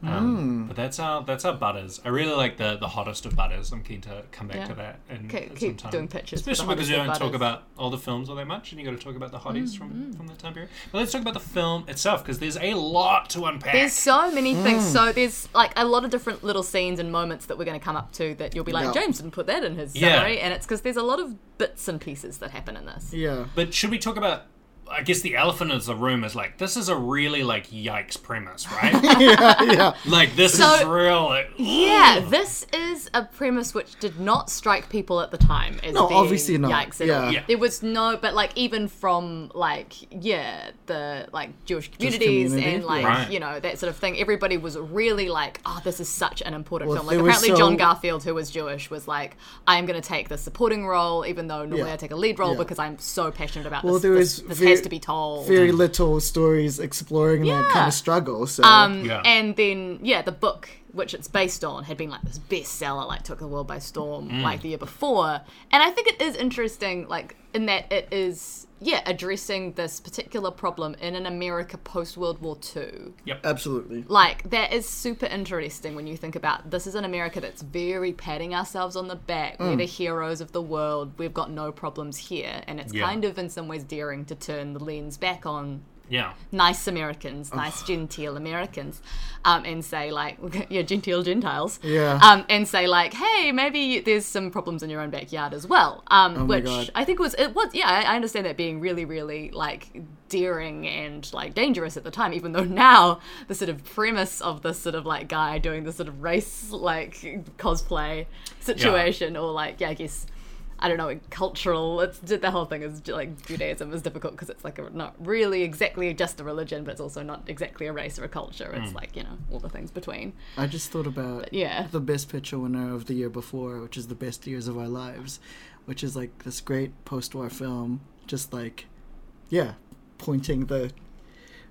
B: Mm.
D: Um, But that's our that's our butters. I really like the the hottest of butters. I'm keen to come back
C: Yeah.
D: to that and
C: Keep- keep doing pitches for the
D: especially because you don't
C: hottest of
D: talk
C: butters. Mm,
D: about all the films all that much, and you got to talk about the hotties from from that time period. But let's talk about the film itself because there's a lot to unpack.
C: There's so many things. So there's like a lot of different little scenes and moments that we're going to come up to that you'll be like,
B: Yeah.
C: James didn't put that in his
D: Yeah.
C: summary, and it's because there's a lot of bits and pieces that happen in this.
B: Yeah.
D: But should we talk about? I guess the elephant in the room is like this is a really like yikes premise, right?
B: yeah, yeah.
D: like this is
C: So-
D: real. Like,
C: Yeah, this is a premise which did not strike people at the time as
B: No,
C: being
B: obviously not.
C: Yikes at
B: Yeah.
C: all.
D: Yeah.
C: There was no, but like even from like yeah the like Jewish communities
B: community.
C: and like
D: Right.
C: you know that sort of thing. Everybody was really like, oh, this is such an important
B: Well,
C: film. Like
B: they were
C: apparently
B: so-
C: John Garfield, who was Jewish, was like, I am going to take the supporting role, even though normally
B: Yeah.
C: I take a lead role
B: Yeah.
C: because I'm so passionate about
B: Well,
C: this.
B: there
C: this,
B: was
C: this
B: very-
C: has to be told.
B: Very little stories exploring that kind
C: Yeah.
B: of struggle. So
C: Um,
D: Yeah.
C: And then, yeah, the book which it's based on, had been like this bestseller, like took the world by storm, like the year before. And I think it is interesting, like in that it is, yeah, addressing this particular problem in an America post World War Two.
B: Absolutely.
C: Like that is super interesting when you think about this is an America that's very patting ourselves on the back. We're the heroes of the world. We've got no problems here, and it's
D: Yeah.
C: kind of in some ways daring to turn the lens back on
D: Yeah.
C: nice Americans, nice genteel Americans, um, and say like, yeah, genteel Gentiles,
B: Yeah.
C: um, and say like, hey, maybe there's some problems in your own backyard as well, um,
B: Oh my
C: which
B: God.
C: I think was it was yeah, I, I understand that being really really like daring and like dangerous at the time, even though now the sort of premise of this sort of like guy doing this sort of race like cosplay situation or like yeah, I guess. I don't know, cultural. It's the whole thing is like Judaism is difficult because it's like a, not really exactly just a religion, but it's also not exactly a race or a culture.
D: Mm.
C: It's like you know all the things between.
B: I just thought about
C: yeah.
B: the best picture winner of the year before, which is the best years of our lives, which is like this great post-war film, just like, yeah, pointing the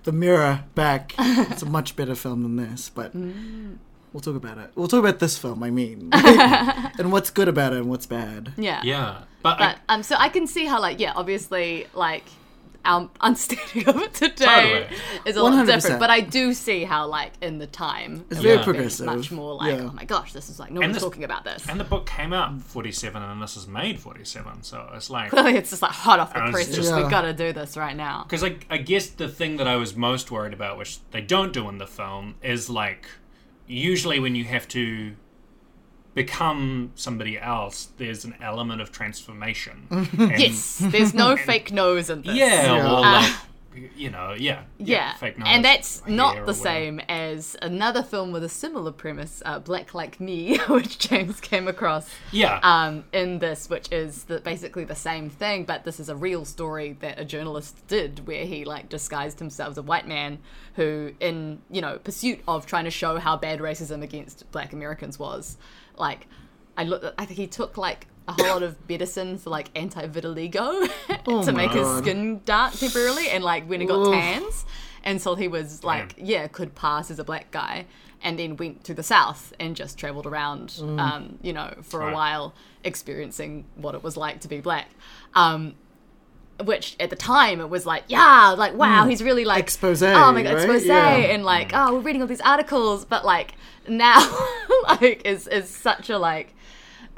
B: the mirror back. it's a much better film than this, but
C: Mm.
B: we'll talk about it. We'll talk about this film. I mean, and what's good about it and what's bad.
C: Yeah.
D: Yeah. But,
C: But um, so I can see how like yeah, obviously like our understanding of it today
D: Totally.
C: is a lot
B: 100%.
C: different. But I do see how like in the time
B: It's
C: it
B: very
C: would've been
B: progressive.
C: much more like
B: Yeah.
C: oh my gosh, this is like no one's
D: this-
C: talking about this.
D: I, and the book came out 47 and this is made 47. So it's like.
C: it's just like hot off the
D: And it's
C: press. Just
D: just-
B: Yeah.
C: we've got to do this right now.
D: Because I, I guess the thing that I was most worried about, which they don't do in the film, is like usually when you have to become somebody else, there's an element of transformation. And-
C: Yes, there's no fake nose in this.
D: Yeah,
B: Yeah.
D: or
C: Uh,
D: like you know, yeah,
C: Yeah,
D: fake nose,
C: and that's
D: hair or
C: not the
D: whatever.
C: same as another film with a similar premise, uh, Black Like Me, which James came across
D: Yeah,
C: um, in this, which is the, basically the same thing, but this is a real story that a journalist did where he like disguised himself as a white man who, in you know, pursuit of trying to show how bad racism against Black Americans was, like, I look, I think he took like. A whole lot of medicine for like anti vitiligo to make his
B: Oh God.
C: skin dark temporarily, and like when he got
B: Oof.
C: tans, and so he was like,
D: Damn.
C: yeah, could pass as a black guy, and then went to the south and just traveled around,
B: Mm.
C: um, you know, for a
D: Right.
C: while, experiencing what it was like to be black. Um, which at the time it was like, yeah, like wow, he's really like
B: Exposé,
C: Oh my god,
B: Mm. right?
C: expose,
B: Yeah.
C: and like oh, we're reading all these articles, but like now, like is is such a like.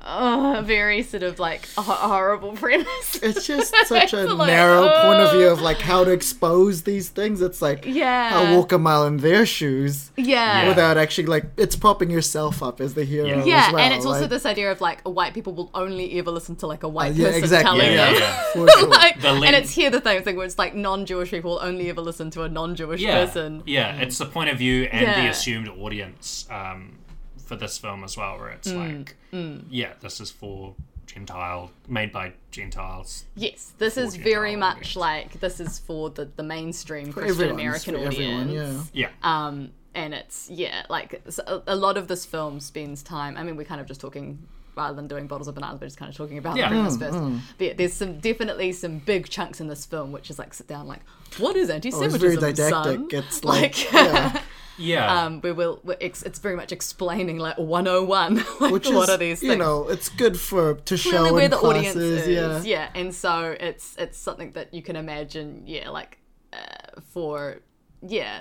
C: Uh, very sort of like ho- horrible premise.
B: It's just such a
C: It's like,
B: narrow point of
C: oh.
B: view of like how to expose these things. It's like
C: Yeah.
B: I'll walk a mile in their shoes.
C: yeah.
D: Yeah.
B: without actually like it's popping yourself up as the hero.
D: Yeah.
C: Yeah,
B: as well.
C: and it's also
B: like- Uh,
C: this idea of like white people will only ever listen to like a white
B: yeah,
C: person
B: exactly.
C: telling
D: Yeah,
C: them.
D: yeah.
B: For sure.
C: like,
D: The
C: and
D: link-
C: it's here the thing, thing where it's like non-Jewish people will only ever listen to a non-Jewish
D: yeah,
C: person.
D: yeah. It's the point of view and
C: Yeah.
D: the assumed audience um, for this film as well, where
C: Mm,
D: it's like, yeah, this is for Gentile, made by Gentiles.
C: Yes, this is
D: Fortune
C: very
D: teller
C: much
D: audience.
C: like this is for the the mainstream Christian
B: Everyone's
C: American
B: for
C: audience.
B: everyone, yeah.
D: Yeah,
C: Um, and it's yeah, like s- a, a lot of this film spends time. I mean, we're kind of just talking rather than doing bottles of bananas, we're just kind of talking about
D: Yeah.
C: the
B: Mm,
C: premise first. But yeah, there's some definitely some big chunks in this film, which is like sit down, like what is
B: Oh, it's very
C: anti-Semitism? son?
B: didactic. It's like,
C: Like-
B: yeah.
D: yeah.
C: Um, we will. we- It's, it's very much explaining like 101. Like,
B: which
C: what
B: is
C: are these things?
B: you know, it's good for to show
C: really where
B: in
C: the
B: classes.
C: audience is.
B: Yeah,
C: Yeah. and so it's it's something that you can imagine. Yeah, like uh, for yeah,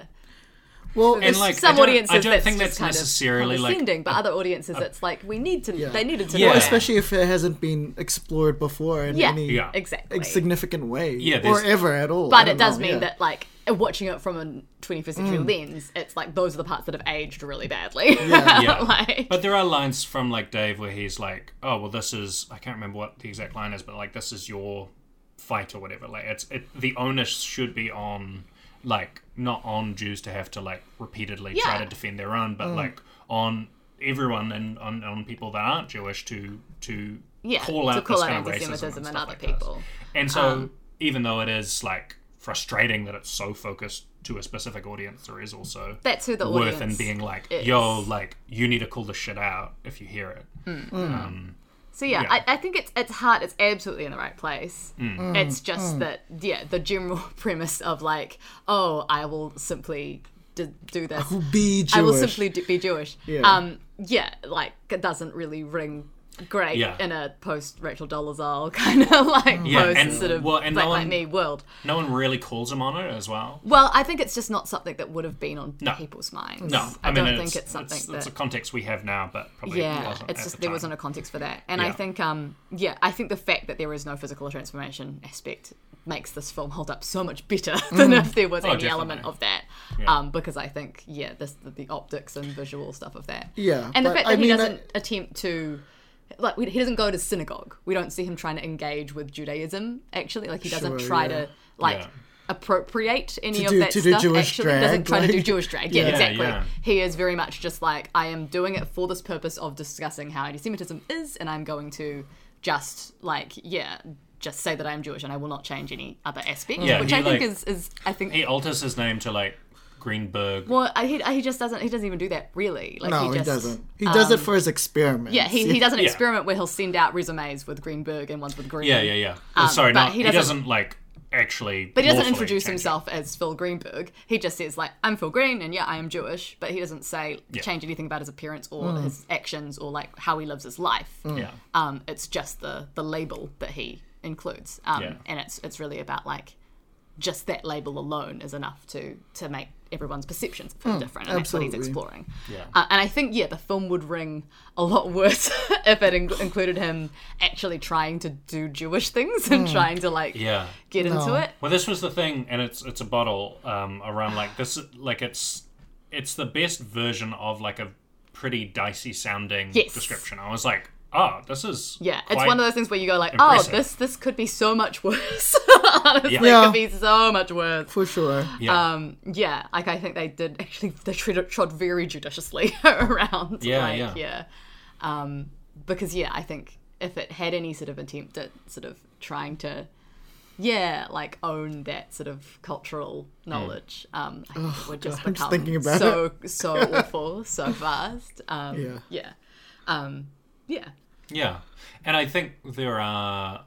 B: Well,
C: There's
D: like, I
C: some
D: don't-
C: audiences.
D: I don't
C: that's
D: think
C: just
D: that's
C: kind
D: necessarily,
C: of
D: like,
C: condescending, but other audiences, it's like we need to. They needed to.
D: Yeah.
C: know.
B: well, especially if it hasn't been explored before in
C: Yeah.
B: any
D: Yeah.
C: exactly.
B: ex- significant way,
D: Yeah,
B: or
D: there's-
B: ever at all. I
C: but
B: don't
C: it does
B: know,
C: mean
B: yeah. Mm.
C: that like uh, watching it from a 21st century lens, it's like those are the parts that have aged really badly.
D: Yeah.
C: like,
D: But there are lines from like Dave where he's like, "Oh well, this is I can't remember what the exact line is, but like this is your fight or whatever." Like it's it, the onus should be on like not on Jews to have to like repeatedly try
C: Yeah.
D: to defend their own, but like on everyone and on, on people that aren't Jewish to to
C: yeah,
D: call out
C: to call
D: this
C: out
D: kind of racism
C: anti-Semitism
D: and,
C: and,
D: stuff
C: other
D: like this.
C: people. Um,
D: And so even though it is like frustrating that it's so focused to a specific audience, there is also
C: That's who the
D: worth
C: audience
D: in being like,
C: is.
D: yo, like you need to call the shit out if you hear it.
C: Hmm. So yeah,
D: Yeah. Mm.
C: I, I think it's it's hard. It's absolutely in the right place.
B: Mm.
C: It's just that yeah, the general premise of like, oh, I will simply d- do this.
B: Be Jewish.
C: I will simply d- be Jewish.
B: Yeah.
C: Um, yeah, like it doesn't really ring great
D: Yeah.
C: in a post Rachel Dolezal kind of like
D: Yeah,
C: post
D: and-
C: sort of
D: well, and
C: black
D: no
C: like
D: one-
C: me world.
D: No one really calls him on it as well.
C: Well, I think it's just not something that would have been on
D: No.
C: people's minds.
D: No,
C: I,
D: I, mean
C: don't
D: it's,
C: think it's something
D: it's,
C: that
D: it's a context we have now, but probably
C: yeah,
D: wasn't
C: it's
D: at
C: just
D: the
C: there
D: time.
C: wasn't a context for that, and I
D: Yeah.
C: think um yeah, I think the fact that there is no physical transformation aspect makes this film hold up so much better than
B: Mm.
C: if there was
D: Oh,
C: any
D: definitely.
C: element of that, um because I think yeah, this the, the optics and visual stuff of that,
B: Yeah,
C: and the
B: but
C: fact
B: I
C: that he
B: mean,
C: doesn't attempt to. Like we- he doesn't go to synagogue. We don't see him trying to engage with Judaism. Actually, like he doesn't
B: Sure,
C: try
B: yeah.
C: to like
D: Yeah.
C: appropriate any
B: To
C: of
B: do-
C: that
B: to do
C: stuff.
B: Jewish
C: actually,
B: drag,
C: doesn't try to do
B: like-
C: Jewish drag. Yeah,
B: Yeah.
C: exactly.
D: Yeah.
C: He is very much just like, I am doing it for this purpose of discussing how anti Semitism is, and I'm going to just, like, yeah, just say that I'm Jewish and I will not change any other aspect,
D: Yeah,
C: which
D: he,
C: I think
D: like-
C: is, is, I think.
D: He alters his name to like Greenberg.
C: well, I- he, he just doesn't. He doesn't even do that, really. Like,
B: no,
C: he,
B: he,
C: just, um,
B: doesn't. He does it for his experiments.
C: Yeah, he, he does an
D: Yeah.
C: experiment where he'll send out resumes with Greenberg and ones with Green.
D: yeah, yeah, yeah. Sorry,
C: um, but
D: not,
C: he
D: he,
C: doesn't-
D: doesn't, like actually.
C: But he doesn't
D: lawfully
C: introduce
D: change it.
C: himself as Phil Greenberg. He just says like, "I'm Phil Green, and yeah, I am Jewish." But he doesn't say change anything about his appearance or
B: Hmm.
C: his actions or like how he lives his life.
D: Yeah.
C: Um, it's just the the label that he includes, um,
D: Yeah.
C: and it's it's really about like just that label alone is enough to to make everyone's perceptions feel different, and that's what he's
B: absolutely.
C: exploring.
D: Yeah.
C: Uh, and I think yeah, the film would ring a lot worse if it in- included him actually trying to do Jewish things and trying to like
D: Yeah.
C: get into it.
D: Well, this was the thing, and it's it's a bottle um, around like this, like it's it's the best version of like a pretty dicey sounding
C: Yes.
D: description. I was like, oh, this is
C: Yeah, it's
D: quite-
C: one of those things where you go like,
D: impressive.
C: oh, this this could be so much worse. Honestly,
D: Yeah.
C: it could be so much worse.
B: for sure.
D: yeah.
C: Um, yeah, like I think they did actually they tread, trod very judiciously around.
D: Yeah,
C: like,
D: yeah.
C: yeah. Um, because yeah, I think if it had any sort of attempt at sort of trying to, yeah, like own that sort of cultural
D: Mm.
C: knowledge, um, I think it would just
B: I'm
C: become
B: just thinking about
C: so so awful, so fast. Um,
B: Yeah.
C: yeah, um, yeah.
D: Yeah, and I think there are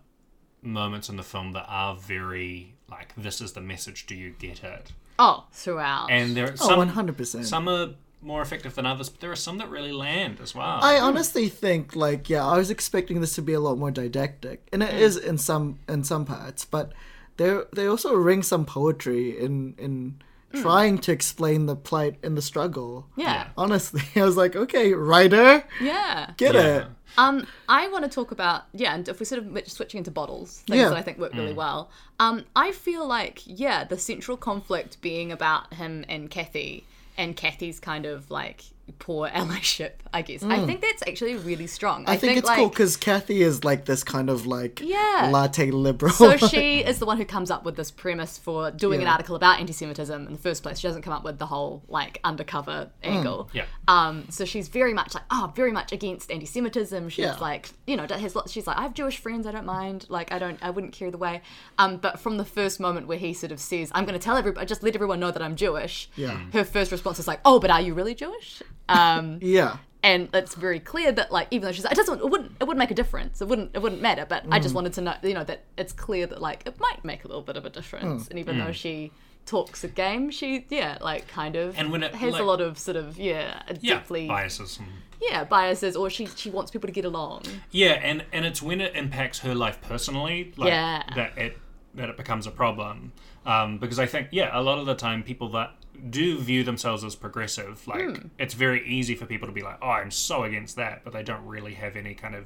D: moments in the film that are very like this is the message. Do you get it?
C: Oh, throughout.
D: And there are
B: Oh,
D: some
B: one hundred percent.
D: some are more effective than others, but there are some that really land as well.
B: I
C: Hmm.
B: honestly think, like, yeah, I was expecting this to be a lot more didactic, and
C: Hmm.
B: it is in some in some parts, but they they also ring some poetry in in trying to explain the plight and the struggle.
C: Hmm. Yeah.
B: Honestly, I was like, okay, writer,
C: Yeah.
B: get it.
C: Um, I want to talk about yeah, and if we're sort of mi- switching into bottles, things
B: Yeah.
C: that I think work really well. Um, I feel like yeah, the central conflict being about him and Kathy, and Kathy's kind of like poor allyship. I guess I think that's actually really strong.
B: Mm. I, think, it's
C: like,
B: cool 'cause cool because Kathy is like this kind of like
C: Yeah.
B: latte liberal.
C: So she is the one who comes up with this premise for doing an article about anti-Semitism in the first place. She doesn't come up with the whole like undercover
B: Mm.
C: angle.
D: Yeah.
C: Um. So she's very much like oh, very much against anti-Semitism. She's
B: Yeah.
C: like you know has lots. She's like I have Jewish friends. I don't mind. Like I don't. I wouldn't care the way. Um. But from the first moment where he sort of says I'm going to tell everybody, just let everyone know that I'm Jewish.
B: Yeah.
C: Her first response is like oh, but are you really Jewish? Um.
B: yeah.
C: and it's very clear that like even though she's like it doesn't it wouldn't it wouldn't make a difference it wouldn't it wouldn't matter but I just wanted to know you know that it's clear that like it might make a little bit of a difference and even
D: Mm.
C: though she talks a game she yeah like kind of
D: And when it,
C: has a
D: like-
C: lot of sort of yeah a
D: yeah,
C: deeply
D: biases. And,
C: yeah biases or she she wants people to get along
D: yeah, and and it's when it impacts her life personally, like
C: Yeah.
D: that it that it becomes a problem. Um, because I think yeah, a lot of the time people that do view themselves as progressive, like
C: Hmm.
D: it's very easy for people to be like, oh, I'm so against that, but they don't really have any kind of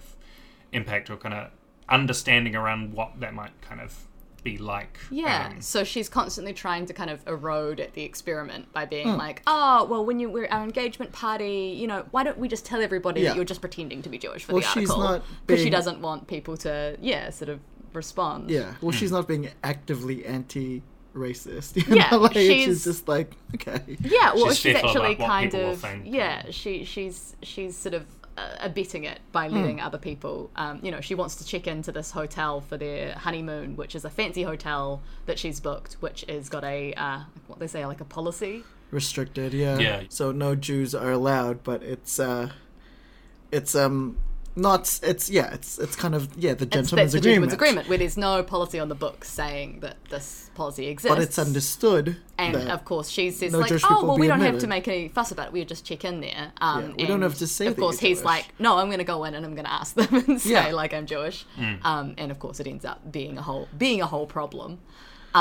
D: impact or kind of understanding around what that might kind of be like.
C: Yeah,
D: Um,
C: so she's constantly trying to kind of erode at the experiment by being
B: Hmm.
C: like, "Oh, well, when you we're at our engagement party, you know, why don't we just tell everybody
B: Yeah.
C: that you're just pretending to be Jewish for
B: Well,
C: the
B: she's
C: article?"
B: not
C: she
B: being-
C: doesn't want people to, yeah, sort of respond.
B: Yeah. Well, she's not being actively anti racist.
C: Yeah,
B: like,
C: she's-
B: she's just like, okay.
C: Yeah, well, she's,
D: She's fearful
C: actually
D: about what
C: kind
D: people will
C: of
D: think.
C: yeah. She she's she's sort of uh, abetting it by
B: Hmm.
C: letting other people. Um, you know, she wants to check into this hotel for their honeymoon, which is a fancy hotel that she's booked, which has got a uh, what they say like a policy.
B: restricted yeah
D: Yeah.
B: so no jews are allowed but it's uh it's um Not it's yeah it's it's kind of yeah the
C: It's,
B: gentleman's
C: that's the
B: agreement.
C: gentleman's agreement, where there's no policy on the books saying that this policy exists.
B: But it's understood.
C: and
B: that,
C: of course, she says
B: no
C: like,
B: Jewish
C: "Oh,
B: people
C: well,
B: be
C: we don't have
B: admitted."
C: to make any fuss about it. We just check in there." Um,
B: Yeah, we don't
C: and
B: have to say
C: Of
B: that
C: course,
B: you're
C: he's
B: Jewish.
C: like, "No, I'm going to go in and I'm going to ask them and say
B: Yeah.
C: like I'm Jewish." Um, and of course, it ends up being a whole being a whole problem.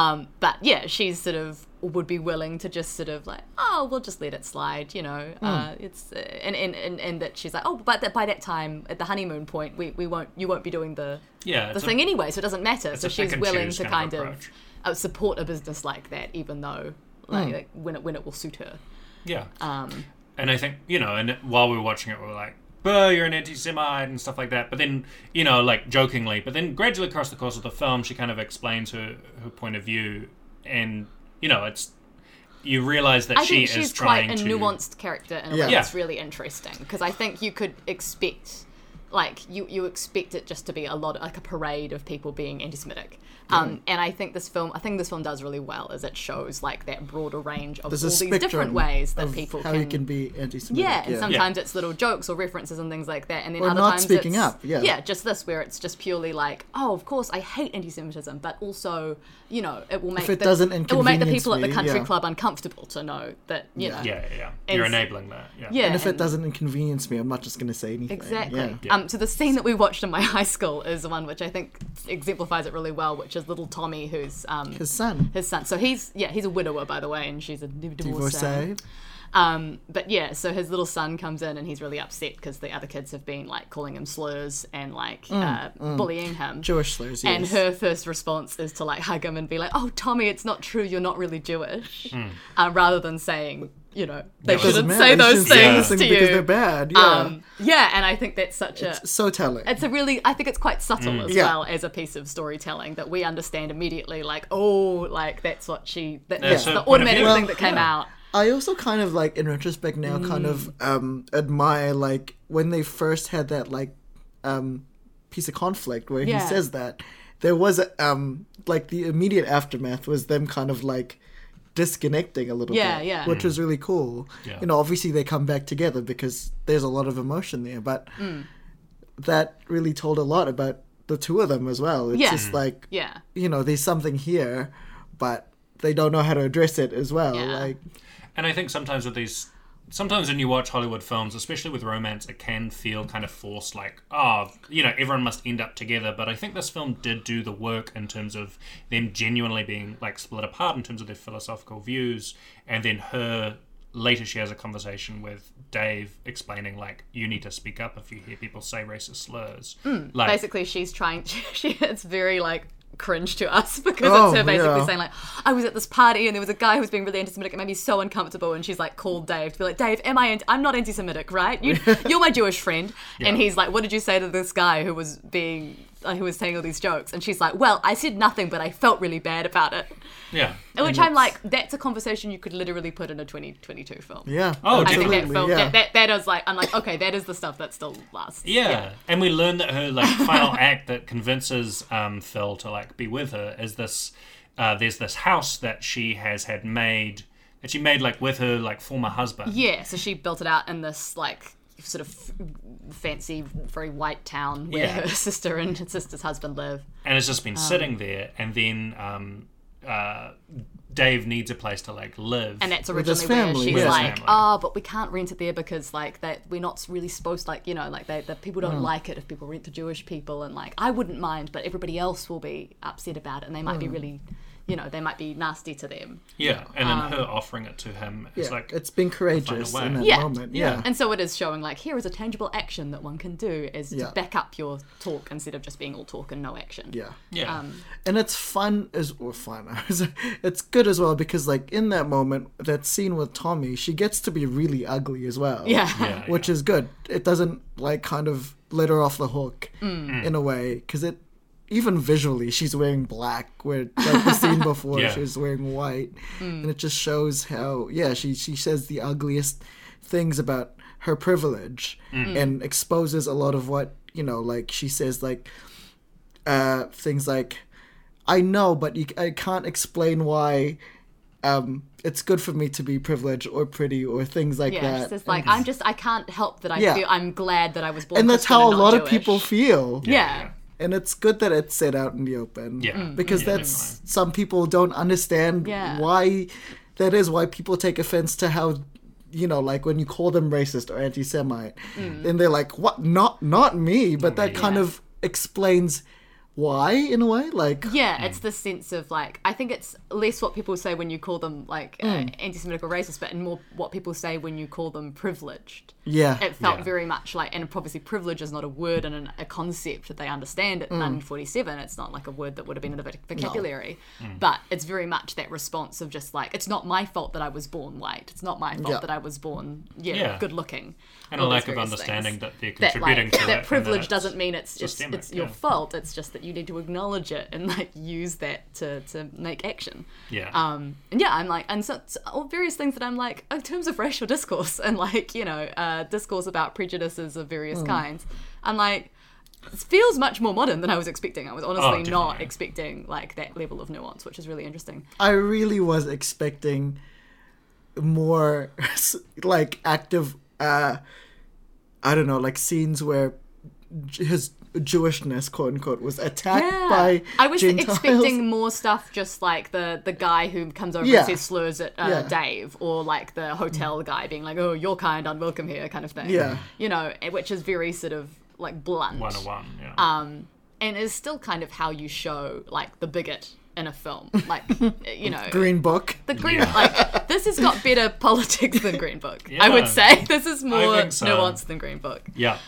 C: Um, but yeah, she's sort of would be willing to just sort of like, "Oh, we'll just let it slide," you
B: Mm.
C: know. Uh, it's uh, and, and and and that she's like, "Oh, but that by that time at the honeymoon point, we, we won't you won't be doing the
D: Yeah,
C: the
D: it's a-
C: thing anyway, so it doesn't matter. So
D: a pick
C: she's
D: and
C: willing
D: choose kind
C: to kind
D: of
C: of,
D: approach.
C: uh, support a business like that, even though
B: Hmm.
C: like, like, when it when it will suit her.
D: Yeah.
C: Um,
D: and I think you know, and while we were watching it, we were like, "Bah, you're an anti-Semite" and stuff like that. But then, you know, like jokingly, but then gradually across the course of the film, she kind of explains her her point of view, and you know, it's you realize that
C: I
D: she
C: think she's
D: is trying
C: quite a
D: to
C: nuanced character in a
B: Yeah.
C: way
D: Yeah.
C: that's really interesting because I think you could expect. Like you, you expect it just to be a lot like a parade of people being anti-Semitic, um, and I think this film, I think this film does really well, is it shows like that broader range of all
B: there's a
C: these
B: spectrum
C: different ways that
B: of
C: people
B: how you can be anti-Semitic.
C: Yeah, and sometimes it's little jokes or references and things like that, and then
B: Or
C: other
B: not
C: times
B: speaking
C: it's,
B: up, yeah.
C: just this where it's just purely like, oh, of course I hate anti-Semitism, but also you know it will make
B: it
C: the,
B: doesn't
C: it will make the
B: inconvenience
C: people at the
B: me,
C: country
B: yeah.
C: club uncomfortable to know that you know
D: Yeah, yeah, yeah. You're
C: It's-
D: enabling that. Yeah.
C: yeah
B: And if it doesn't inconvenience me, I'm not just going to say anything.
C: Exactly.
B: Yeah.
C: Um, so the scene that we watched in my high school is the one which I think exemplifies it really well, which is little Tommy, who's um,
B: His son.
C: his son. So he's yeah, he's a widower by the way, and she's a divorcee.
B: Divorcee.
C: Um, but yeah, so his little son comes in and he's really upset because the other kids have been like calling him slurs and like uh, bullying him.
B: Jewish slurs, Mm, yes.
C: And her first response is to like hug him and be like, "Oh, Tommy, it's not true. You're not really Jewish,"
D: Mm.
C: uh, rather than saying, you know, they
B: Doesn't
C: shouldn't
B: matter,
C: say
B: they
C: those
B: shouldn't say
C: things
B: anything
C: to you.
B: Because they're bad. Yeah.
C: Um, yeah, and I think that's such a
B: so telling.
C: it's a really i think it's quite subtle
D: Mm.
C: as
B: Yeah.
C: well as a piece of storytelling that we understand immediately like oh like that's what she that, that's
D: so
C: the
D: point of
C: automatic
D: view.
C: thing that came out
B: I also kind of like in retrospect now kind of
C: Mm.
B: um admire like when they first had that like um piece of conflict where
C: Yeah.
B: he says that there was a, um like the immediate aftermath was them kind of like disconnecting a little
C: Yeah,
B: bit
C: yeah.
B: which was really cool you know obviously they come back together because there's a lot of emotion there but
C: Mm.
B: that really told a lot about the two of them as well it's
C: Yeah.
B: just like
C: yeah
B: you know there's something here but they don't know how to address it as well
C: Yeah.
B: like
D: And I think sometimes with these, sometimes when you watch Hollywood films, especially with romance, it can feel kind of forced, like, oh, you know, everyone must end up together. But I think this film did do the work in terms of them genuinely being like split apart in terms of their philosophical views. And then her, later she has a conversation with Dave explaining, like, you need to speak up if you hear people say racist slurs.
C: Hmm,
D: like,
C: basically she's trying she, it's very like cringe to us because
B: Oh,
C: it's her basically
B: yeah.
C: saying like i was at this party and there was a guy who was being really anti-semitic it made me so uncomfortable and she's like called dave to be like dave am i anti- i'm not anti-semitic right you, you're my jewish friend and he's like what did you say to this guy who was being uh, who was saying all these jokes and she's like well i said nothing but i felt really bad about it
D: yeah.
C: Which I'm like, that's a conversation you could literally put in a 2022 film.
B: Yeah.
D: Oh,
C: I think that
D: Absolutely,
C: film, that, that, that is like, I'm like, okay, that is the stuff that still lasts.
D: Yeah. and we learn that her like final act that convinces um, Phil to like be with her is this. Uh, there's this house that she has had made that she made like with her like former husband.
C: Yeah, so she built it out in this like sort of f- fancy, very white town where
D: Yeah.
C: her sister and her sister's husband live.
D: and it's just
C: Um.
D: been sitting there. And then um, uh, Dave needs a place to like live.
C: And that's
B: his
C: originally where
B: family,
C: she's
B: yeah.
C: like,
D: Family.
C: oh, but we can't rent it there because like that we're not really supposed like you know like they, the people
B: Mm.
C: don't like it if people rent to Jewish people and like I wouldn't mind, but everybody else will be upset about it and they might
B: Mm.
C: be really, you know, they might be nasty to them.
D: yeah, and then
C: Um.
D: her offering it to him is
B: Yeah,
D: like
B: it's been courageous
D: way.
B: in that
C: Yeah.
B: moment. Yeah.
C: And so it is showing like here is a tangible action that one can do is
B: Yeah.
C: to back up your talk instead of just being all talk and no action.
B: yeah.
D: yeah.
C: Um.
B: And it's fun as or fun. I was- it's good as well because like in that moment, that scene with Tommy, she gets to be really ugly as well.
C: Yeah.
D: yeah,
B: Which is good. It doesn't like kind of let her off the hook
D: Mm.
B: in a way because it even visually she's wearing black where like the scene before
D: Yeah.
B: she was wearing white and it just shows how yeah she she says the ugliest things about her privilege
D: Mm.
B: and exposes a lot of what you know like she says like uh things like I know, but you, I can't explain why um, it's good for me to be privileged or pretty or things like
C: Yeah,
B: that.
C: it's just like I'm just I can't help that I
B: Yeah.
C: feel I'm glad that I was born.
B: and that's
C: Christian
B: how a
C: and not
B: lot of
C: Jewish.
B: people feel.
C: Yeah.
B: And it's good that it's set out in the open.
D: Yeah. Mm.
B: Because
D: Yeah,
B: that's some people don't understand
C: Yeah.
B: why that is why people take offense to how you know, like when you call them racist or anti Semite
C: Mm.
B: and they're like, What not not me but that kind of explains why in a way? Like
C: Yeah, it's the sense of like I think it's less what people say when you call them like uh,
B: Mm.
C: anti-Semitic or racist, but and more what people say when you call them privileged.
B: Yeah.
C: It felt
D: Yeah.
C: very much like, and obviously, privilege is not a word and an, a concept that they understand.
B: Mm.
C: At 1947, it's not like a word that would have been in the voc- vocabulary,
D: Mm.
C: but it's very much that response of just like, it's not my fault that I was born white. It's not my fault
B: Yeah.
C: that I was born yeah,
D: Yeah.
C: good looking.
D: And a
C: all those
D: lack of
C: various
D: understanding
C: things
D: that they're
C: that
D: contributing
C: like
D: to it.
C: that
D: and
C: privilege
D: it's-
C: doesn't mean it's just
D: systemic,
C: it's your
D: yeah.
C: fault. It's just that you need to acknowledge it and like use that to to make action.
D: Yeah.
C: Um. And yeah, I'm like, and so so all various things that I'm like in terms of racial discourse and like you know uh, discourse about prejudices of various kinds. I'm like. It feels much more modern than I was expecting. I was honestly not
D: Oh, definitely.
C: expecting like that level of nuance, which is really interesting.
B: I really was expecting more like active uh I don't know, like scenes where j- his Jewishness, quote unquote, was attacked
C: Yeah.
B: by
C: I was
B: Gentiles.
C: expecting more stuff, just like the the guy who comes over
B: Yeah.
C: and says slurs at uh,
B: Yeah.
C: Dave, or like the hotel guy being like, "Oh, you're kind, unwelcome here," kind of thing.
B: Yeah.
C: you know, eh, which is very sort of like blunt,
D: 101. Yeah.
C: um, and is still kind of how you show like the bigot in a film, like eh, you know,
B: Green Book.
C: the green
D: Yeah.
C: like this has got better politics than Green Book. I would
D: Yeah.
C: say this is more
D: think so.
C: nuanced than Green Book.
D: yeah.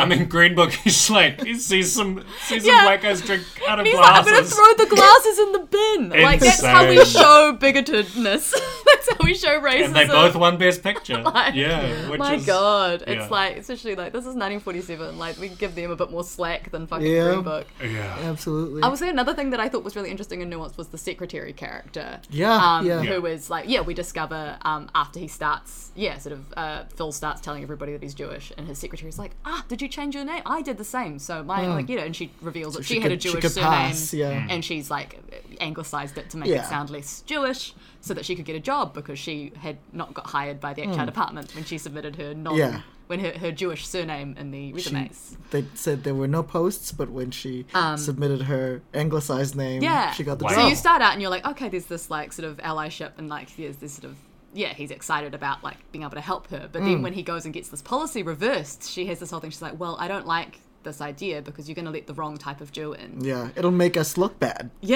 D: I mean, Green Book is like, he sees some, sees
C: Um, Yeah.
D: some white guys drink out of
C: And he's
D: glasses.
C: like, I'm gonna throw the glasses in the bin. Like that's how we
D: Insane.
C: show bigotedness. that's how we show racism.
D: and they both won Best Picture.
C: Like,
D: yeah. Which
C: My
D: is,
C: God,
D: yeah.
C: it's like especially like this is 1947. Like we give them a bit more slack than fucking
B: Yeah.
C: Green Book.
D: Yeah.
B: Absolutely.
C: I would say another thing that I thought was really interesting and nuanced was the secretary character.
B: Yeah,
C: um,
B: yeah.
C: Who is like, yeah, we discover um, after he starts, yeah, sort of, uh, Phil starts telling everybody that he's Jewish, and his secretary's like, ah, did you change your name? I did the same. So my, like, you know, and she reveals that she,
B: Oh. she
C: had a
B: could- she
C: Jewish
B: could
C: surname,
B: pass, yeah.
C: and she's like, anglicized it to make it
B: Yeah.
C: sound less Jewish so that she could get a job because she had not got hired by the HR department when she submitted her non.
B: Hmm. Yeah.
C: When her, her Jewish surname in the resumes.
B: They said there were no posts, but when she submitted her anglicized name,
C: Um, Yeah.
B: she got the
D: Wow.
B: job.
C: So you start out and you're like, okay, there's this like sort of allyship and like there's this sort of yeah, he's excited about like being able to help her. But
B: Mm.
C: then when he goes and gets this policy reversed, she has this whole thing. She's like, well, I don't like this idea because you're going to let the wrong type of Jew in. Yeah,
B: yeah, it'll make us look bad.
C: and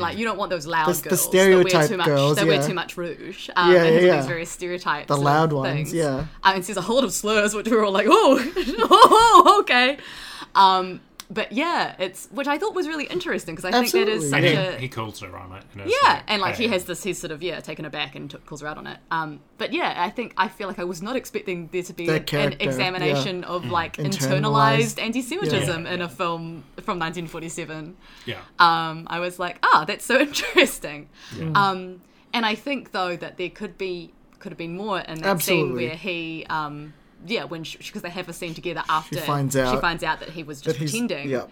D: Mm.
C: like you don't want those loud
B: The- the
C: girls. that wear
B: stereotype
C: too much,
B: girls,
C: They wear
B: yeah.
C: too much rouge. Um,
B: Yeah,
C: and
B: yeah,
C: there's all
B: yeah.
C: these various stereotypes.
B: The
C: and
B: loud ones,
C: things.
B: yeah.
C: Um, and says a whole lot of slurs, which we were all like, oh, oh okay. Um, but yeah, it's which I thought was really interesting because I think that
B: Absolutely.
C: is
D: And
C: such a
D: he, he calls her on it. And it's
C: yeah, and like he
D: hey.
C: has this, he's sort of yeah taken aback and t- calls her out on it. Um, but yeah, I think I feel like I was not expecting there to be
B: That
C: an, an
B: character, Mm.
C: examination of like
B: Internalized.
C: internalized, anti-Semitism
D: Yeah.
C: in a film from 1947.
D: Yeah.
C: Um, I was like, ah, that's so interesting. Um, and I think though that there could be could have been more in that
B: Absolutely.
C: scene where he. Um, yeah, when because they have a scene together after
B: finds
C: she
B: out
C: finds out that he was
B: But
C: just
B: he's
C: pretending.
B: yeah.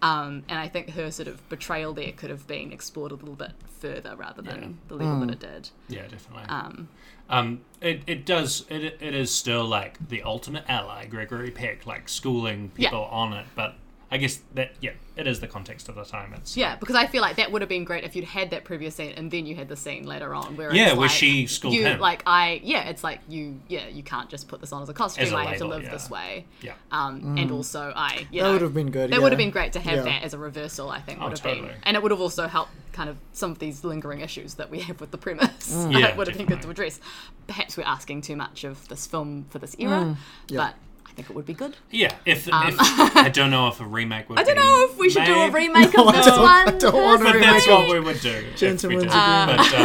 C: Um, and I think her sort of betrayal there could have been explored a little bit further rather than the level
D: Hmm.
C: that it did.
D: Yeah, definitely. Um, um, it, it does it, it is still like the ultimate ally, Gregory Peck, like schooling
C: Yeah.
D: people on it. But I guess that yeah, it is the context of the time. It's
C: Yeah, because I feel like that would have been great if you'd had that previous scene and then you had the scene later on where
D: Yeah,
C: it's
D: where
C: like,
D: she schooled
C: you,
D: him.
C: Like I, yeah, it's like you, yeah, you can't just put this on as a costume.
D: As a
C: I have to
D: label,
C: live
D: yeah.
C: this way.
D: yeah,
C: Um, And also, I
B: Mm. That
C: you know,
B: would have been good,
C: That would have
B: yeah.
C: been great to have
B: Yeah.
C: that as a reversal. I think
D: Oh,
C: would have
D: totally.
C: been, and it would have also helped kind of some of these lingering issues that we have with the premise.
B: Mm.
D: Yeah,
C: it would have been good to
D: definitely.
C: address. Perhaps we're asking too much of this film for this
B: Mm.
C: era, but I think it would be good.
D: yeah. If, if I don't know if a remake would.
C: Um, I don't know if we should do a remake
B: No,
C: of
B: I
C: this
B: don't- I
C: one.
B: don't wanna
C: personally.
D: But that's what we would do. if we
B: Gentlemen's
D: did.
B: agreement.
D: But,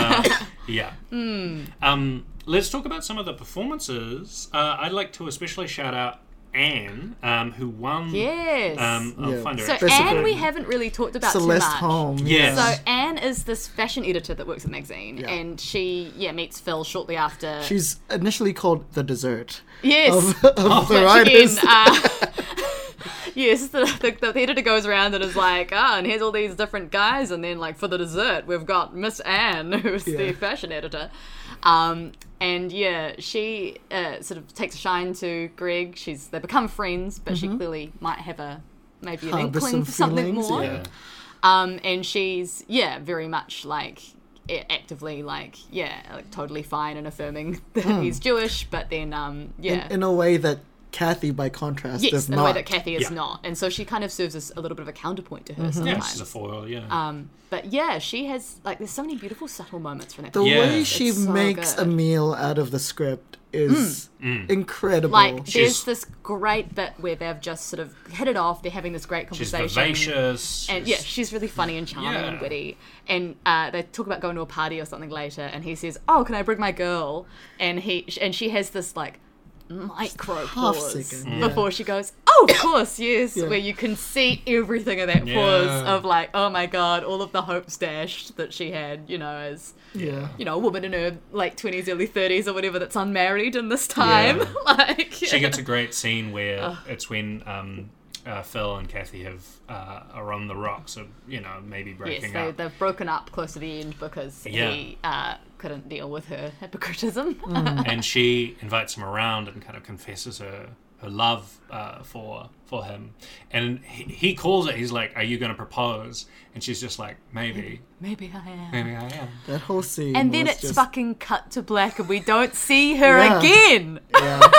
D: uh, yeah.
C: Hmm.
D: Um, let's talk about some of the performances. Uh, I'd like to especially shout out Anne, um, who won.
C: Yes.
D: Um, I'll
B: Yeah.
D: find her
C: so
D: exact
C: Anne,
B: Basically.
C: we haven't really talked about
B: Celeste
C: too much.
B: Holm.
D: Yes.
C: So Anne is this fashion editor that works at the magazine, and she yeah meets Phil shortly after.
B: She's initially called the dessert
C: yes,
B: of, of the
C: Which
B: writers.
C: in, uh, yes, the, the, the editor goes around and is like, ah, and here's all these different guys, and then like for the dessert, we've got Miss Anne, who's the fashion editor. Um, and yeah, she uh, sort of takes a shine to Greg. She's they become friends, but she clearly might have a maybe an
B: Harbour
C: inkling
B: Mm-hmm. some
C: for something
B: feelings,
C: more.
B: yeah.
C: Um, and she's yeah, very much like a- actively like yeah, like totally fine and affirming that he's
B: Hmm.
C: Jewish, but then um yeah,
B: in a way that Kathy, by contrast,
C: yes,
B: is
C: in
B: not.
C: a way that Kathy is
D: Yeah.
C: not, and so she kind of serves as a little bit of a counterpoint to her
D: Yeah,
C: sometimes.
D: she's a foil, yeah.
C: um, but yeah, she has like there's so many beautiful subtle moments from that.
B: the
D: Yeah.
B: way she
C: It's so
B: makes
C: good. Mm.
B: a meal out of the script is
D: Mm.
B: incredible.
C: like
D: She's-
C: there's this great bit where they've just sort of hit it off. They're having this great
D: she's
C: conversation.
D: vivacious.
C: and yeah, she's really funny and charming and
D: Yeah.
C: witty. And uh, they talk about going to a party or something later, and he says, "Oh, can I bring my girl?" And he and she has this like micro
B: half
C: pause
B: second, yeah.
C: before she goes, "Oh, of course, yes," where you can see everything of that pause
D: Yeah.
C: of like, "Oh my god," all of the hopes dashed that she had, you know, as
B: yeah.
C: you know, a woman in her late twenties, early thirties, or whatever that's unmarried in this time, like
D: she gets a great scene where it's when um, uh, Phil and Kathy have uh, are on the rocks, so you know maybe
C: Yes,
D: breaking
C: they,
D: up.
C: they've broken up close to the end because he uh, couldn't deal with her hypocritism.
B: Hmm.
D: and she invites him around and kind of confesses her her love uh, for for him. And he, he calls it. He's like, "Are you going to propose?" And she's just like, "Maybe,
C: Maybe I am.
D: maybe I am."
B: That whole scene.
C: And then
B: was
C: it's
B: just,
C: fucking cut to black and we don't see her
B: Yeah.
C: again.
B: yeah,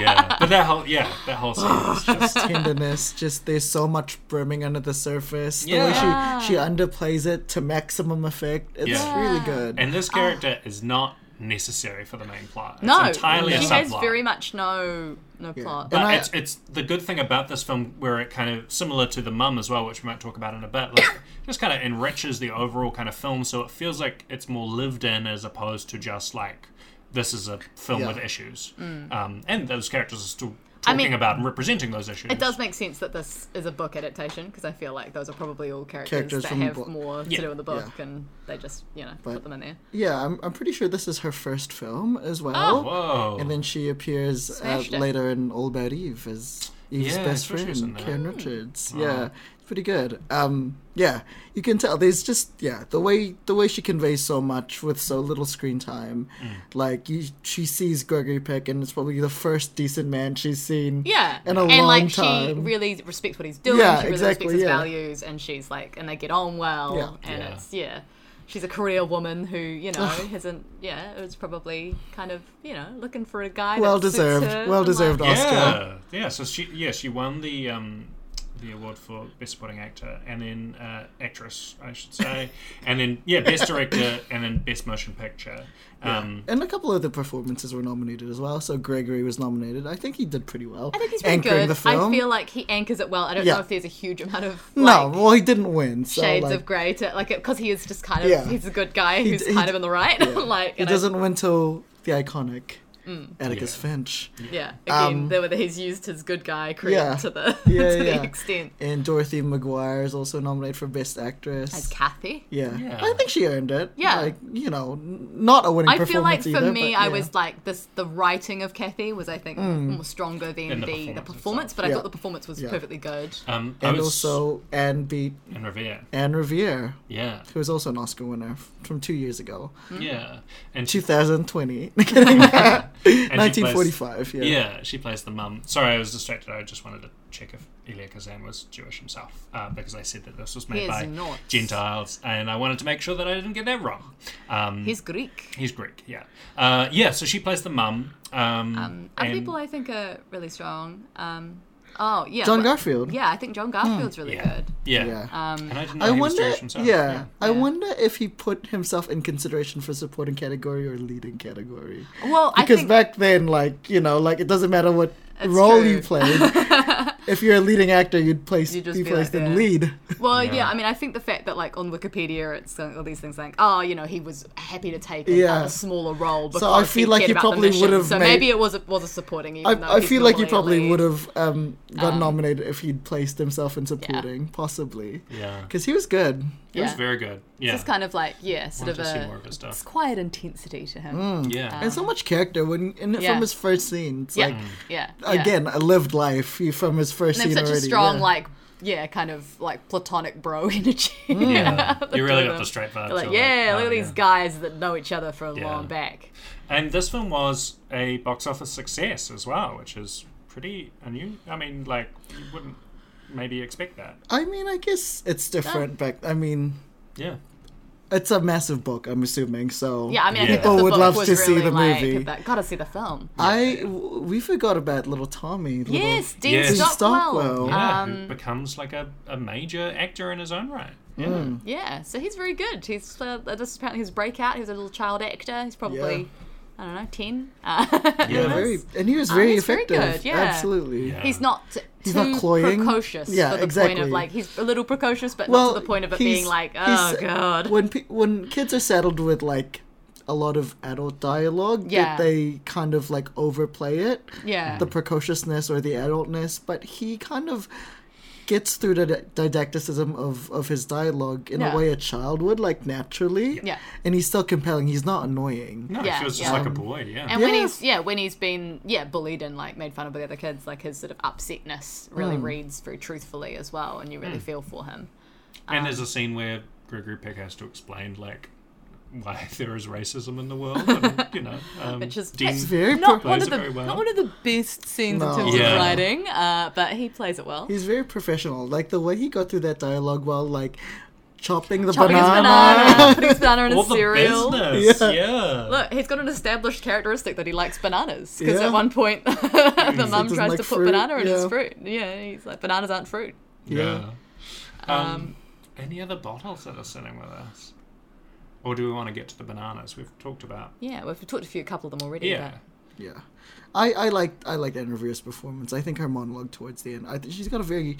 D: yeah, but that whole yeah that whole scene is just
B: tenderness. Just there's so much brimming under the surface. The
D: Yeah.
B: way she she underplays it to maximum effect. It's
D: Yeah.
B: really good.
D: And this character is not necessary for the main plot. It's
C: Ah. No,
D: entirely a
C: she has
D: subplot.
C: very much no no plot.
D: But
B: And I-
D: it's, it's the good thing about this film, where it kind of similar to the Mum as well, which we might talk about in a bit. Like, just kind of enriches the overall kind of film, so it feels like it's more lived in as opposed to just like this is a film
B: Yeah.
D: with issues. Um, and those characters are still
C: Mm. I
D: talking
C: mean-
D: about and representing those issues.
C: It does make sense that this is a book adaptation because I feel like those are probably all characters,
B: Characters
C: that
B: from the
C: have
B: book.
C: more to
D: Yeah.
C: do in the book and they just, you know, put
B: But-
C: them in there.
B: yeah, I'm, I'm pretty sure this is her first film as
C: Oh.
B: well.
D: Whoa.
B: And then she appears uh,
C: Smashed it.
B: later in All About Eve as Eve's
D: Yeah,
B: best
D: that's what she was in
B: friend,
D: there.
B: Karen Richards.
D: Hmm.
B: Yeah, it's pretty good. Um, yeah, you can tell there's just yeah the way the way she conveys so much with so little screen time.
D: Hmm.
B: Like you, she sees Gregory Peck, and it's probably the first decent man she's seen.
C: Yeah,
B: in a
C: and
B: long
C: like she
B: time.
C: really respects what he's doing.
B: Yeah,
C: she really
B: exactly,
C: respects his
B: yeah.
C: values, and she's like, and they get on well,
B: Yeah.
C: and
D: Yeah.
C: it's yeah. She's a career woman who, you know, hasn't, yeah, was probably kind of, you know, looking for a guy. that
B: well
C: suits
B: deserved,
C: her
B: well
C: and,
B: deserved
C: Like,
B: Oscar.
D: Yeah, yeah. So she, yeah, she won the um, the award for best supporting actor, and then uh, actress, I should say, and then yeah, best director, and then best motion picture. Um,
B: And a couple of the performances were nominated as well. So Gregory was nominated. I think he did pretty well.
C: I think he's pretty
B: anchoring
C: good.
B: the film.
C: I feel like he anchors it well. I don't
B: Yeah.
C: know if there's a huge amount of
B: no,
C: like,
B: well he didn't win. So
C: shades
B: like,
C: of grey to like because he is just kind of
B: Yeah.
C: he's a good guy who's
B: d- he
C: kind
B: d-
C: of in the right. like
B: He
C: and I- Mm.
B: doesn't win till the iconic Atticus Finch.
C: yeah. Again, the whether he's used his good guy credit
B: um, yeah.
C: to the
B: Yeah,
C: to
B: yeah.
C: the extent.
B: And Dorothy McGuire is also nominated for Best Actress.
C: As Kathy.
B: yeah.
D: Yeah.
B: I think she earned it.
C: Yeah.
B: like you know, n- not a winning
C: I feel like
B: performance
C: for
B: either,
C: me,
B: but
C: I
B: yeah. Mm.
C: was like this. The writing of Kathy was, I think, more stronger than
D: the
C: the, the
D: performance
C: performance, but I
B: Yeah.
C: thought the performance was
B: Yeah.
C: perfectly good.
D: um, I
B: and
D: was-
B: also Anne beat
D: and Revere.
B: Anne Revere,
D: Yeah,
B: who was also an Oscar winner f- from two years ago,
C: Hmm.
D: yeah, and she,
B: 2020,
D: and she plays-
B: 1945. Yeah.
D: yeah, she plays the mum. Sorry, I was distracted. I just wanted to check if Elia Kazan was Jewish himself uh, because I said that this was made
C: He is
D: by
C: not.
D: Gentiles, and I wanted to make sure that I didn't get that wrong. Um,
C: He's Greek.
D: He's Greek, yeah. Uh, yeah, so she plays the mum. Um,
C: Other
D: and-
C: people I think are really strong. Um, oh yeah,
B: John
C: but-
B: Garfield. Hmm.
C: Yeah, Uh, I think John Garfield's really good.
D: Yeah.
B: Yeah.
D: and I didn't know
B: I
D: he was
B: wonder,
D: Jewish
B: yeah,
D: himself.
B: I wonder if he put himself in consideration for supporting category or leading category.
C: Well, I
B: because
C: think
B: back then, like you know, like it doesn't matter what role
C: true.
B: you played. if you're a leading actor, you'd place
C: You'd just
B: be
C: be
B: placed
C: like,
B: in
C: yeah.
B: lead.
C: Well, yeah. I mean, I think the fact that like on Wikipedia, it's uh, all these things like, oh, you know, he was happy to take a,
B: Yeah.
C: a smaller role because
B: So I feel
C: he
B: like
C: cared
B: you
C: about the
B: probably
C: mission.
B: would've
C: So
B: made-
C: maybe it was a, was a supporting.
B: I,
C: Even though
B: I
C: he's
B: feel like you probably
C: normally a lead. Um,
B: would have um, got nominated if he'd placed himself in supporting, possibly.
D: Yeah.
B: Because he was good.
D: It was
C: Yeah.
D: very good. Yeah.
C: It's just kind of like yeah, sort of
D: Wanted to see
C: a
D: more of his stuff.
C: it's quiet intensity to him.
B: Mm,
D: yeah.
B: And so much character when in,
C: Uh-huh. Yeah.
B: from his first scene. It's
C: Yeah,
B: like
C: yeah, yeah.
B: again a lived life he- from his first
C: and
B: scene
C: they have such
B: already.
C: a strong
B: yeah.
C: like yeah, kind of like platonic bro energy.
B: Mm.
D: Yeah. You really
C: They're
D: got the straight vibes.
C: Like
D: I
C: yeah, look
D: Oh,
C: at these
D: yeah.
C: guys that know each other from
D: Yeah.
C: long back.
D: And this film was a box office success as well, which is pretty unusual. I mean, like you wouldn't maybe expect that.
B: I mean, I guess it's different back. I mean,
D: Yeah.
B: it's a massive book. I'm assuming. So
C: Yeah, I mean, I
D: Yeah.
C: think that's
D: People
C: the
B: would
C: book
B: love
C: was
B: to see
C: really
B: the
C: like
B: movie.
C: about- gotta see the film.
B: I w- we forgot about little Tommy. Little,
C: Yes, Dean
D: Yes. Dean
C: Stockwell.
B: Stockwell.
D: Yeah, who
C: Um,
D: becomes like a, a major actor in his own right. Yeah.
C: Yeah, so he's very good. He's uh, this is apparently his breakout. He's a little child actor. He's probably I don't know ten. Uh,
D: Yeah,
B: Yeah, very, and he was very
C: Oh, he's very
B: effective.
C: good, yeah.
B: Absolutely.
D: Yeah.
C: He's not t-
B: He's
C: too
B: not cloying.
C: precocious.
B: Yeah,
C: for the Point
B: exactly.
C: of like he's a little precocious, but not to the point of it
B: he's-
C: being like, oh
B: he's-
C: god.
B: When pe- when kids are saddled with like a lot of adult dialogue,
C: Yeah.
B: yeah. they kind of like overplay it,
C: yeah,
B: the precociousness or the adultness. But he kind of gets through the di- didacticism of of his dialogue in
C: Yeah.
B: a way a child would, like naturally.
C: Yeah.
B: And he's still compelling. He's not annoying.
D: No,
C: Yeah,
D: he was just
C: yeah.
D: like a boy. Yeah.
C: and when
B: Yeah.
C: he's yeah, when he's been yeah bullied and like made fun of by the other kids, like his sort of upsetness really reads very truthfully as well, and you really feel for him.
D: And
C: um,
D: there's a scene where Gregory Peck has to explain like why there is racism in the world, and, you know, um,
C: Which is
D: Dean
C: it's
B: very
C: not
D: pro-
C: one
D: plays
C: of
D: it
C: the
D: very well.
C: not one of the best scenes
B: No.
C: in terms
D: Yeah.
C: of writing, uh, but he plays it well.
B: He's very professional. Like the way he got through that dialogue while like chopping the
C: Chopping his
B: banana.
C: banana, putting his banana in
D: all
C: his
D: the
C: cereal.
D: business. Yeah.
C: Look, he's got an established characteristic that he likes bananas. Because
B: Yeah.
C: at one point, the mum
B: doesn't
C: tries
B: like
C: to put
B: fruit,
C: banana in his
B: yeah.
C: fruit. Yeah, he's like, bananas aren't fruit.
D: Yeah.
B: Yeah.
D: Um, any other bottles that are sitting with us? Or do we want to get to the bananas we've talked about?
C: Yeah, we've talked a few, a couple of them already.
D: Yeah.
B: Yeah, I I liked I liked Anna Rhea's performance. I think her monologue towards the end. I think she's got a very,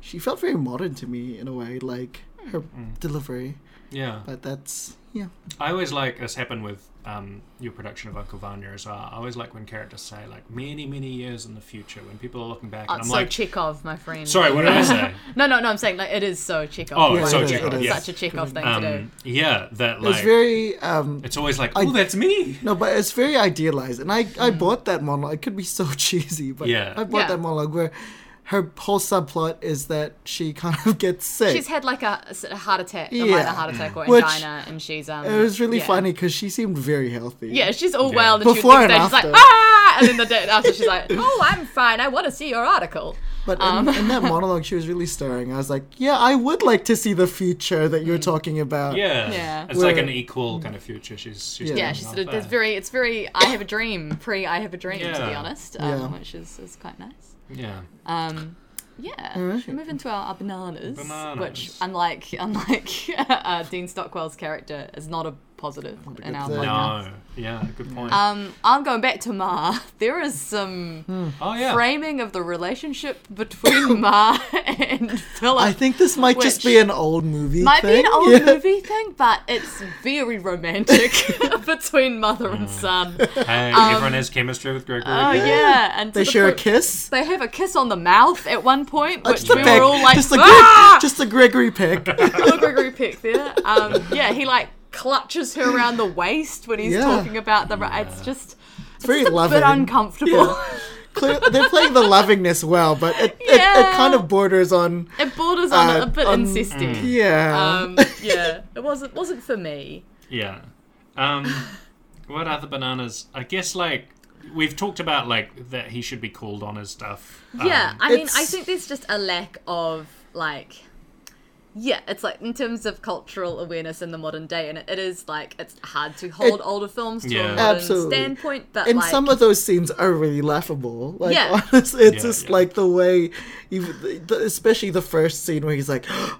B: she felt very modern to me in a way, like her
D: Hmm.
B: delivery.
D: Yeah.
B: But that's yeah,
D: I always like this happened with um, your production of Uncle Vanya as well. I always like when characters say like many many years in the future when people are looking back
C: but-
D: and
C: Oh,
D: I'm
C: so
D: like,
C: Chekhov, my friend.
D: sorry, what did I say?
C: No, no, no, I'm saying like, it is so Chekhov.
D: Oh,
B: it's so
C: Like,
B: Chekhov,
C: it's
D: yes.
C: such a Chekhov thing to do.
D: Um, yeah, that like
B: it's
D: it's,
B: very um
D: always like, oh, that's me.
B: no, but it's very idealized, and I I bought that monologue. It could be so cheesy, but
D: Hmm. Yeah.
B: I bought
C: Yeah.
B: that monologue where. Her whole subplot is that she kind of gets sick.
C: She's had like a, a heart attack, a minor
B: Yeah.
C: heart attack or
B: Which-
C: angina, and she's um.
B: it was really
C: yeah.
B: funny because she seemed very healthy.
C: Yeah, she's all well. And then
B: Before
C: she, the
B: and
C: next day, she's like,
B: after.
C: ah! And then the day after, she's like, oh, I'm fine. I want to see your article.
B: But in,
C: um.
B: in that monologue, she was really stirring. I was like, yeah, I would like to see the future that you're
C: Mm.
B: talking about.
D: Yeah,
C: Yeah.
D: It's like
B: Where-
D: an equal kind of future. She's she's
B: Yeah.
C: Yeah,
D: doing
C: she's
D: out
C: sort of,
D: there.
C: it's very, it's very, I have a dream, pre I have a dream, to be
D: Yeah.
C: honest, um,
B: Yeah.
C: which is, is quite nice.
D: yeah.
C: Um, yeah,
B: Alright.
C: should we move into our, our bananas, which,
D: Bananas.
C: unlike unlike uh, Dean Stockwell's character, is not a positive in our
B: thing.
C: podcast.
D: No, yeah, good point.
C: Um, I'm going back to Ma. There is some
D: oh yeah,
C: framing of the relationship between Ma and Philip.
B: I think this might just
C: Which-
B: be an old movie.
C: Might be
B: thing.
C: an old
B: Yeah.
C: movie thing, but it's very romantic between mother
D: Mm.
C: and son.
D: Hey,
C: Um,
D: everyone has chemistry with Gregory.
C: Oh yeah, and to
B: They
C: the
B: share a
C: point-
B: kiss.
C: They have a kiss on the mouth at one point, which
B: Just a
C: we
B: peck.
C: were all like,
B: just a
C: ah!
B: Greg, just a Gregory pick.
C: Little Gregory pick there. Um, yeah, he like clutches her around the waist when he's
B: Yeah.
C: talking about the. It's just. It's
B: very
C: just a
B: loving.
C: bit uncomfortable.
B: Clear, they're playing the lovingness well, but it, it,
C: Yeah.
B: it kind of borders on
C: It borders on
B: Uh,
C: a bit
B: on-
D: Mm.
C: incesty.
B: yeah.
C: Um, yeah, it wasn't wasn't for me.
D: Yeah. Um, what other bananas? I guess like we've talked about like that he should be called on his stuff. Um,
C: Yeah, I mean, I
B: it's-
C: think there's just a lack of like, yeah, it's like in terms of cultural awareness in the modern day, and it, it is like it's hard to hold
B: It-
C: older films to
D: Yeah.
C: a modern
B: Absolutely.
C: standpoint, but
B: and
C: like,
B: some of those scenes are really laughable. Like,
C: Yeah.
B: honestly, it's
D: Yeah,
B: just
D: yeah.
B: like the way, even the, the- especially the first scene where he's like, "Oh,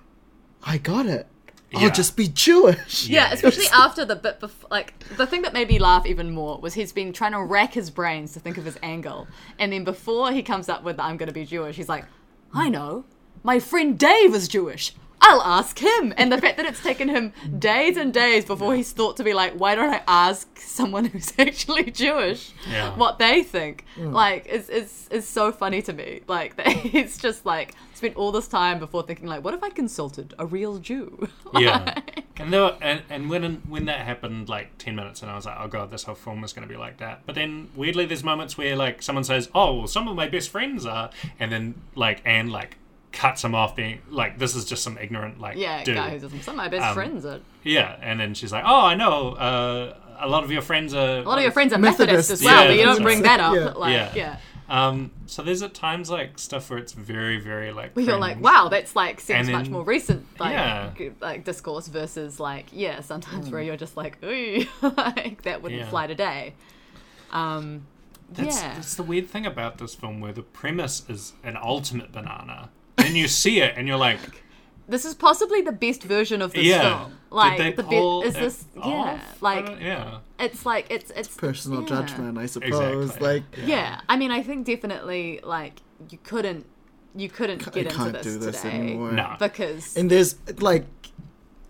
B: "I got it.
D: Yeah.
B: I'll just be Jewish."
C: yeah,
D: Yeah,
C: especially after the bit before, like the thing that made me laugh even more was he's been trying to rack his brains to think of his angle, and then before he comes up with "I'm going to be Jewish," he's like, "I know, my friend Dave is Jewish. I'll ask him. And the fact that it's taken him days and days before he's thought to be like, why don't I ask someone who's actually Jewish
D: Yeah.
C: what they think? Like, is is is so funny to me. Like, that he's just like spent all this time before thinking like, what if I consulted a real Jew?
D: yeah. And there, were, and, and when when that happened, like ten minutes, and I was like, oh god, this whole film is going to be like that. But then weirdly, there's moments where like someone says, oh, well, some of my best friends are, and then like Anne like cuts him off, being like, this is just some ignorant like
C: yeah,
D: dude.
C: guy who's some of my
D: Um,
C: best friends are.
D: yeah. And then she's like, oh, I know, uh, a lot of your friends are
C: A lot of your friends are Methodists,
B: um, Methodists,
C: as well,
D: yeah,
C: but you
D: that's
C: don't bring
B: right.
C: that up.
B: Yeah.
C: Like,
D: Yeah.
C: yeah.
D: Um, so there's at times like stuff where it's very, very like.
C: we feel
D: cringe.
C: like, wow, that's like seems
D: And
C: much
D: then-
C: more recent, like,
D: Yeah. Hmm.
C: g- like discourse versus like, yeah, sometimes where you're just like, ooh, like that wouldn't
D: Yeah.
C: fly today. Um,
D: That's,
C: yeah,
D: that's the weird thing about this film, where the premise is an ultimate banana, and you see it, and you're like,
C: this is possibly the best version of this
D: yeah.
C: film. Like,
D: Did they
C: the
D: pull
C: be- is
D: it
C: this, yeah,
D: off? I don't-
C: like
D: yeah,
C: it's like it's it's
B: Personal
C: yeah.
B: judgment, I suppose.
D: Exactly.
B: Like,
D: Yeah.
C: yeah i mean i think definitely like you couldn't you couldn't
B: I
C: get into
B: can't
C: this
B: do this
C: today
B: anymore.
D: no,
C: because
B: And there's like,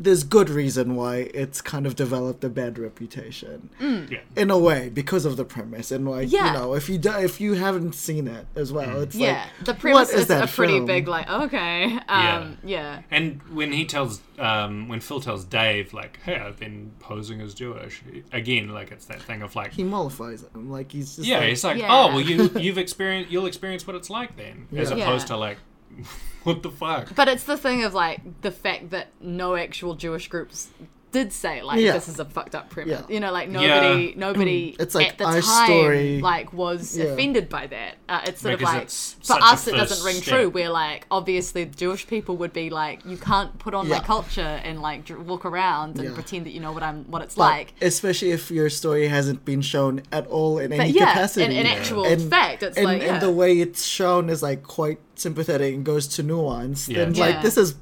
B: there's good reason why it's kind of developed a bad reputation
D: yeah,
B: in a way because of the premise and like
C: Mm. Yeah. Mm.
B: you know if you do, if you haven't seen it as well, it's
C: yeah
B: like
C: the premise
B: what is that
C: a pretty
B: film?
C: big like okay um yeah
D: And when he tells, um, when Phil tells Dave, like, "Hey, I've been posing as Jewish," again, like it's that thing of like,
B: he mollifies him. Like he's just
D: yeah,
B: like,
D: it's like,
C: Yeah.
D: oh, well, you you've experienced, you'll experience what it's like then, as
C: Yeah.
D: opposed
C: Yeah.
D: to like, what the fuck?
C: But it's the thing of like the fact that no actual Jewish groups did say like
B: Yeah.
C: this is a fucked up premise.
B: Yeah.
C: You know, like
D: Yeah. Mm.
C: nobody, nobody
B: It's like
C: at the
B: our
C: time
B: story-
C: like was
B: Yeah.
C: offended by that. Uh, it's sort
D: Because
C: of like
D: it's
C: for
D: such a
C: us it
D: first
C: doesn't ring
D: step.
C: true. We're like obviously Jewish people would be like you can't put on my
B: Yeah.
C: culture and like dr- walk around and
B: Yeah.
C: pretend that you know what I'm what it's
B: But
C: like.
B: especially if your story hasn't been shown at all in any
C: yeah, in-
B: capacity
C: in actual fact, it's
B: and,
C: like, yeah.
B: and the way it's shown is like quite sympathetic and goes to nuance
D: Yeah.
B: and
C: Yeah.
B: like this is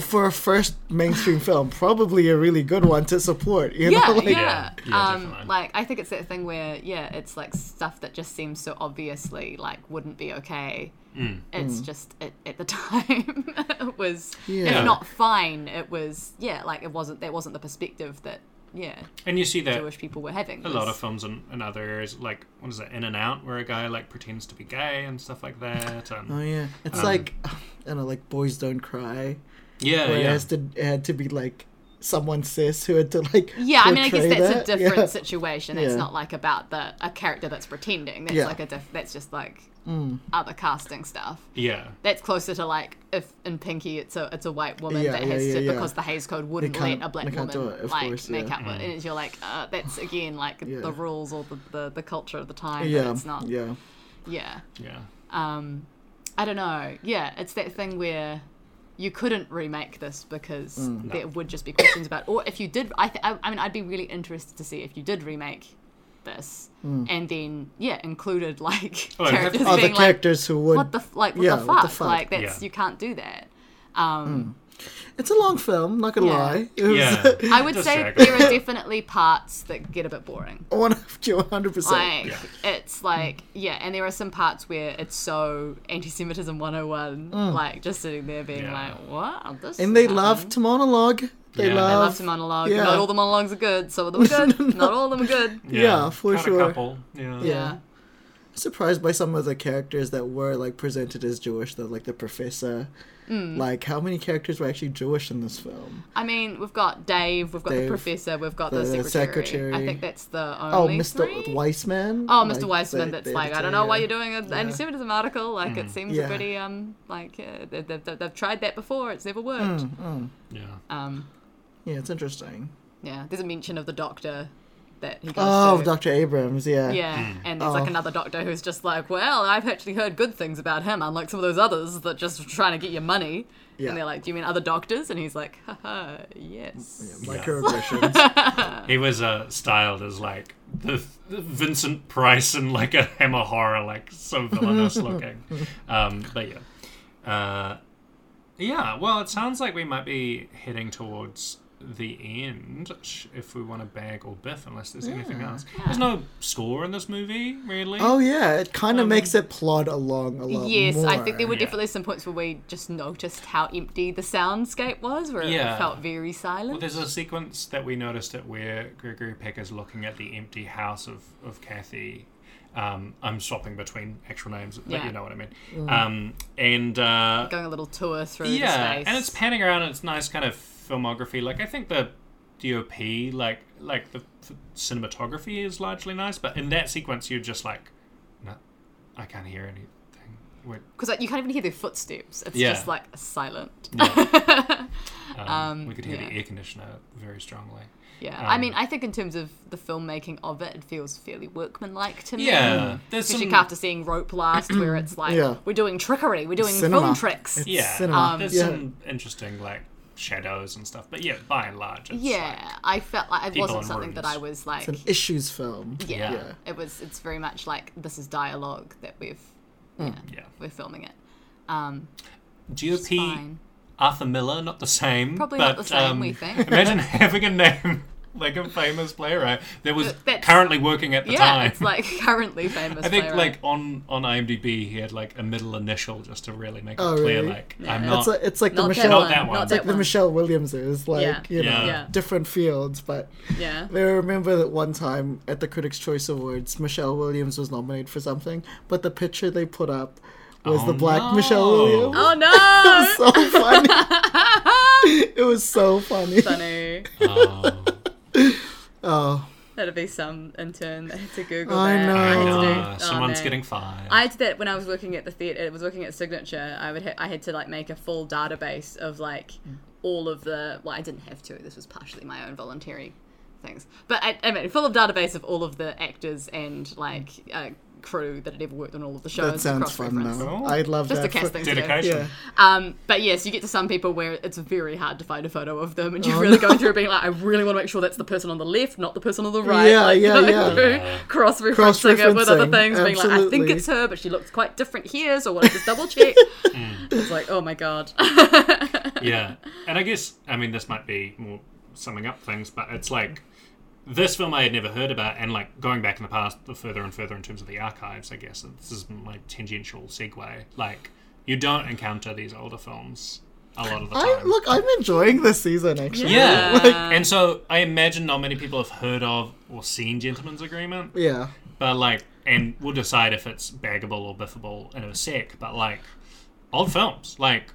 B: for a first mainstream film probably a really good one to support you
C: yeah,
B: know like,
C: yeah.
D: Yeah, yeah,
C: um,
D: definitely.
C: like I think it's that thing where yeah, it's like stuff that just seems so obviously like wouldn't be okay.
D: Mm.
C: It's just it, at the time it was
B: Mm. Yeah.
C: if not fine, it was yeah, like it wasn't that wasn't the perspective that yeah
D: And you see that
C: Jewish people were having.
D: a lot of films in, in other areas, like what is it, In and Out, where a guy like pretends to be gay and stuff like that. And
B: oh yeah
D: Um,
B: it's like I don't know like boys don't cry
D: Oh, yeah,
B: where it
D: yeah.
B: has to it had to be like someone cis who had to like
C: yeah, I mean, I guess
B: portray
C: that's a
B: that.
C: different
B: Yeah.
C: situation. That's
B: Yeah.
C: not like about the a character that's pretending. That's
B: Yeah. Mm.
C: like a diff- that's just like other casting stuff.
D: yeah.
C: that's closer to like if in Pinky it's a it's a white woman
B: Yeah,
C: that
B: yeah,
C: has
B: yeah,
C: to
B: yeah.
C: because the Hayes Code wouldn't
B: can't-
C: let a black
B: they
C: woman
B: can't do it, of
C: like
B: course,
C: make
B: yeah.
C: out with, and it's- you're like uh, that's again like the rules or the, the, the culture of the time. but
B: yeah
C: it's not. Yeah.
B: yeah
D: Yeah.
C: Um, I don't know. Yeah, it's that thing where you couldn't remake this because
B: Mm.
C: there would just be questions about, or if you did, I, th- I I mean, I'd be really interested to see if you did remake this
B: Mm.
C: and then yeah included like
D: Oh, it would have
C: characters
D: to be- Oh,
B: other
C: being like
B: characters who would
C: what the f- like what,
B: Yeah,
C: the, fuck?
B: what the fuck?
C: like that's
D: Yeah.
C: you can't do that um
B: It's a long film, not gonna
C: Yeah.
B: lie. It was-
D: Yeah.
B: Hmm.
C: i would
D: Just
C: say
D: check.
C: there are definitely parts that get a bit boring
B: one hundred percent.
C: like it's like yeah and there are some parts where it's so anti-semitism 101 like just sitting there being
D: Yeah.
C: like what this
B: Hmm. And they
C: is
B: love
C: happening."
B: to monologue. They
D: Yeah. They
B: love.
C: I love to monologue.
B: yeah.
C: Not all the monologues are good. Some of them are good. Not all of them are good.
D: Yeah,
B: Yeah, for
D: Cut
B: sure.
D: A couple. Yeah.
C: Yeah.
B: Surprised by some of the characters that were like presented as Jewish, though, like the professor.
C: Mm.
B: Like how many characters were actually Jewish in this film?
C: I mean, we've got Dave, we've got the
B: Dave,
C: professor, we've got the,
B: the
C: secretary. I
B: secretary.
C: think that's the
B: Oh,
C: only
B: Mr.
C: three?
B: Weissman.
C: Oh, Mr.
B: Like,
C: Weissman,
B: they-
C: that's
B: they
C: like, I
B: had
C: don't
B: to-
C: know why you're doing an anti-Semitism article. Like, it seems
B: Mm. Yeah.
C: a pretty, um, like, uh, they, they've, they've they've tried that before. It's never worked.
B: Mm.
D: Yeah.
C: Um,
B: Yeah, it's interesting.
C: yeah, there's a mention of the doctor that he goes
B: Oh,
C: to.
B: Dr. Abrams. Yeah.
C: Yeah, and there's like another doctor who's just like, well, I've actually heard good things about him, unlike some of those others that just are trying to get your money.
B: Yeah.
C: And they're like, do you mean other doctors? And he's like, haha, yes.
B: Microaggressions.
D: He was uh, styled as like the, the Vincent Price and like a hammer horror, like so villainous looking. Um, but yeah, uh, yeah. Well, it sounds like we might be heading towards the end, sh- if we want to bag or biff, unless there's anything else. There's no score in this movie, really.
B: Oh yeah, it kind of makes it plod along a lot
C: Yes,
B: more.
C: I think there were
D: Yeah.
C: definitely some points where we just noticed how empty the soundscape was, where
D: Yeah.
C: it felt very
D: Well,
C: silent.
D: there's a sequence that we noticed it where Gregory Peck is looking at the empty house of, of Kathy. Um, I'm swapping between actual names, but
C: Yeah.
D: you know what I mean. Um, and uh,
C: Going a little tour through
D: yeah,
C: the space.
D: and it's panning around. And it's nice kind of filmography. Like I think the DOP, like like the, the cinematography is largely nice, but in that sequence, you're just like, no, I can't hear anything. We're,
C: because like, you can't even hear their footsteps. It's
D: Yeah.
C: just like silent.
D: um, we could hear
C: yeah.
D: the air conditioner very strongly.
C: Yeah, I
D: Um,
C: mean, I think in terms of the filmmaking of it, it feels fairly workmanlike to me.
D: Yeah, there's
C: especially
D: some
C: after seeing Rope last, where it's like
B: Mm. Yeah.
C: we're doing trickery, we're doing
B: Cinema.
C: film tricks.
B: It's-
D: yeah,
B: cinema.
D: um, there's
B: Yeah.
D: some interesting like shadows and stuff, but yeah, by and large, it's like-
C: yeah, I felt like it
D: people
C: wasn't
D: in
C: something that
D: rooms.
C: I was like.
B: It's an issues film.
C: yeah,
D: Yeah.
C: it was. It's very much like this is dialogue that we've
D: yeah.
C: we're filming it. Um,
D: GOP
C: fine.
D: Arthur Miller, not the same.
C: Probably
D: but,
C: not the same,
D: um,
C: we think.
D: Imagine having a name like a famous playwright that was
C: But that's-
D: currently working at the
C: yeah,
D: time.
C: it's like currently famous.
D: I think
C: playwright.
D: like on on IMDb he had like a middle initial just to really make it
B: Oh,
D: clear.
B: really?
D: Like I'm
B: It's
D: not.
B: like it's like the
C: not
B: Michelle,
C: that one,
D: that one.
C: not
D: It's
C: that
B: like the
C: one.
B: Michelle Williamses, like
C: Yeah.
B: you know,
D: Yeah.
C: Yeah.
B: different fields. But
C: yeah,
B: I remember that one time at the Critics' Choice Awards, Michelle Williams was nominated for something, but the picture they put up was
D: Oh,
B: the black
D: no.
B: Michelle Williams.
C: Oh no!
B: so funny. it was so funny.
C: Funny.
D: Oh,
B: Oh,
C: That'd be some intern that had to Google
B: I
C: that. I had
B: know.
C: to do-
D: uh,
C: oh,
D: someone's
C: man.
D: getting fired.
C: I did that when I was working at the theatre. I was working at Signature. I would ha- I had to like make a full database of like
B: Mm.
C: all of the. Well, I didn't have to. This was partially my own voluntary things, but I, I mean, full of database of all of the actors and like uh, crew that had ever worked on all of the shows.
B: that sounds fun
C: cross-reference.
B: though.
D: Oh.
B: I love
C: Just
B: that.
C: a casting to do.
D: Dedication.
B: Yeah.
C: Um, but yes, you get to some people where it's very hard to find a photo of them, and
B: Oh,
C: you really go through being like, I really want to make sure that's the person on the left, not the person on the right.
B: Yeah,
C: like,
B: yeah,
C: going
B: yeah.
C: Through, cross-referencing it with other
B: Cross-referencing,
C: things, being like, I think
B: absolutely.
C: it's her, but she looks quite different here, so I want to just double check. It's like, oh my god.
D: yeah and i guess i mean this might be more summing up things but it's like this film i had never heard about and like going back in the past the further and further in terms of the archives i guess and this is my tangential segue like you don't encounter these older films a lot of the time
B: I, look, I'm enjoying this season actually.
D: yeah
C: Like-
D: and so i imagine not many people have heard of or seen gentleman's agreement
B: Yeah.
D: but like, and we'll decide if it's baggable or biffable in a sec. But like, old films, like,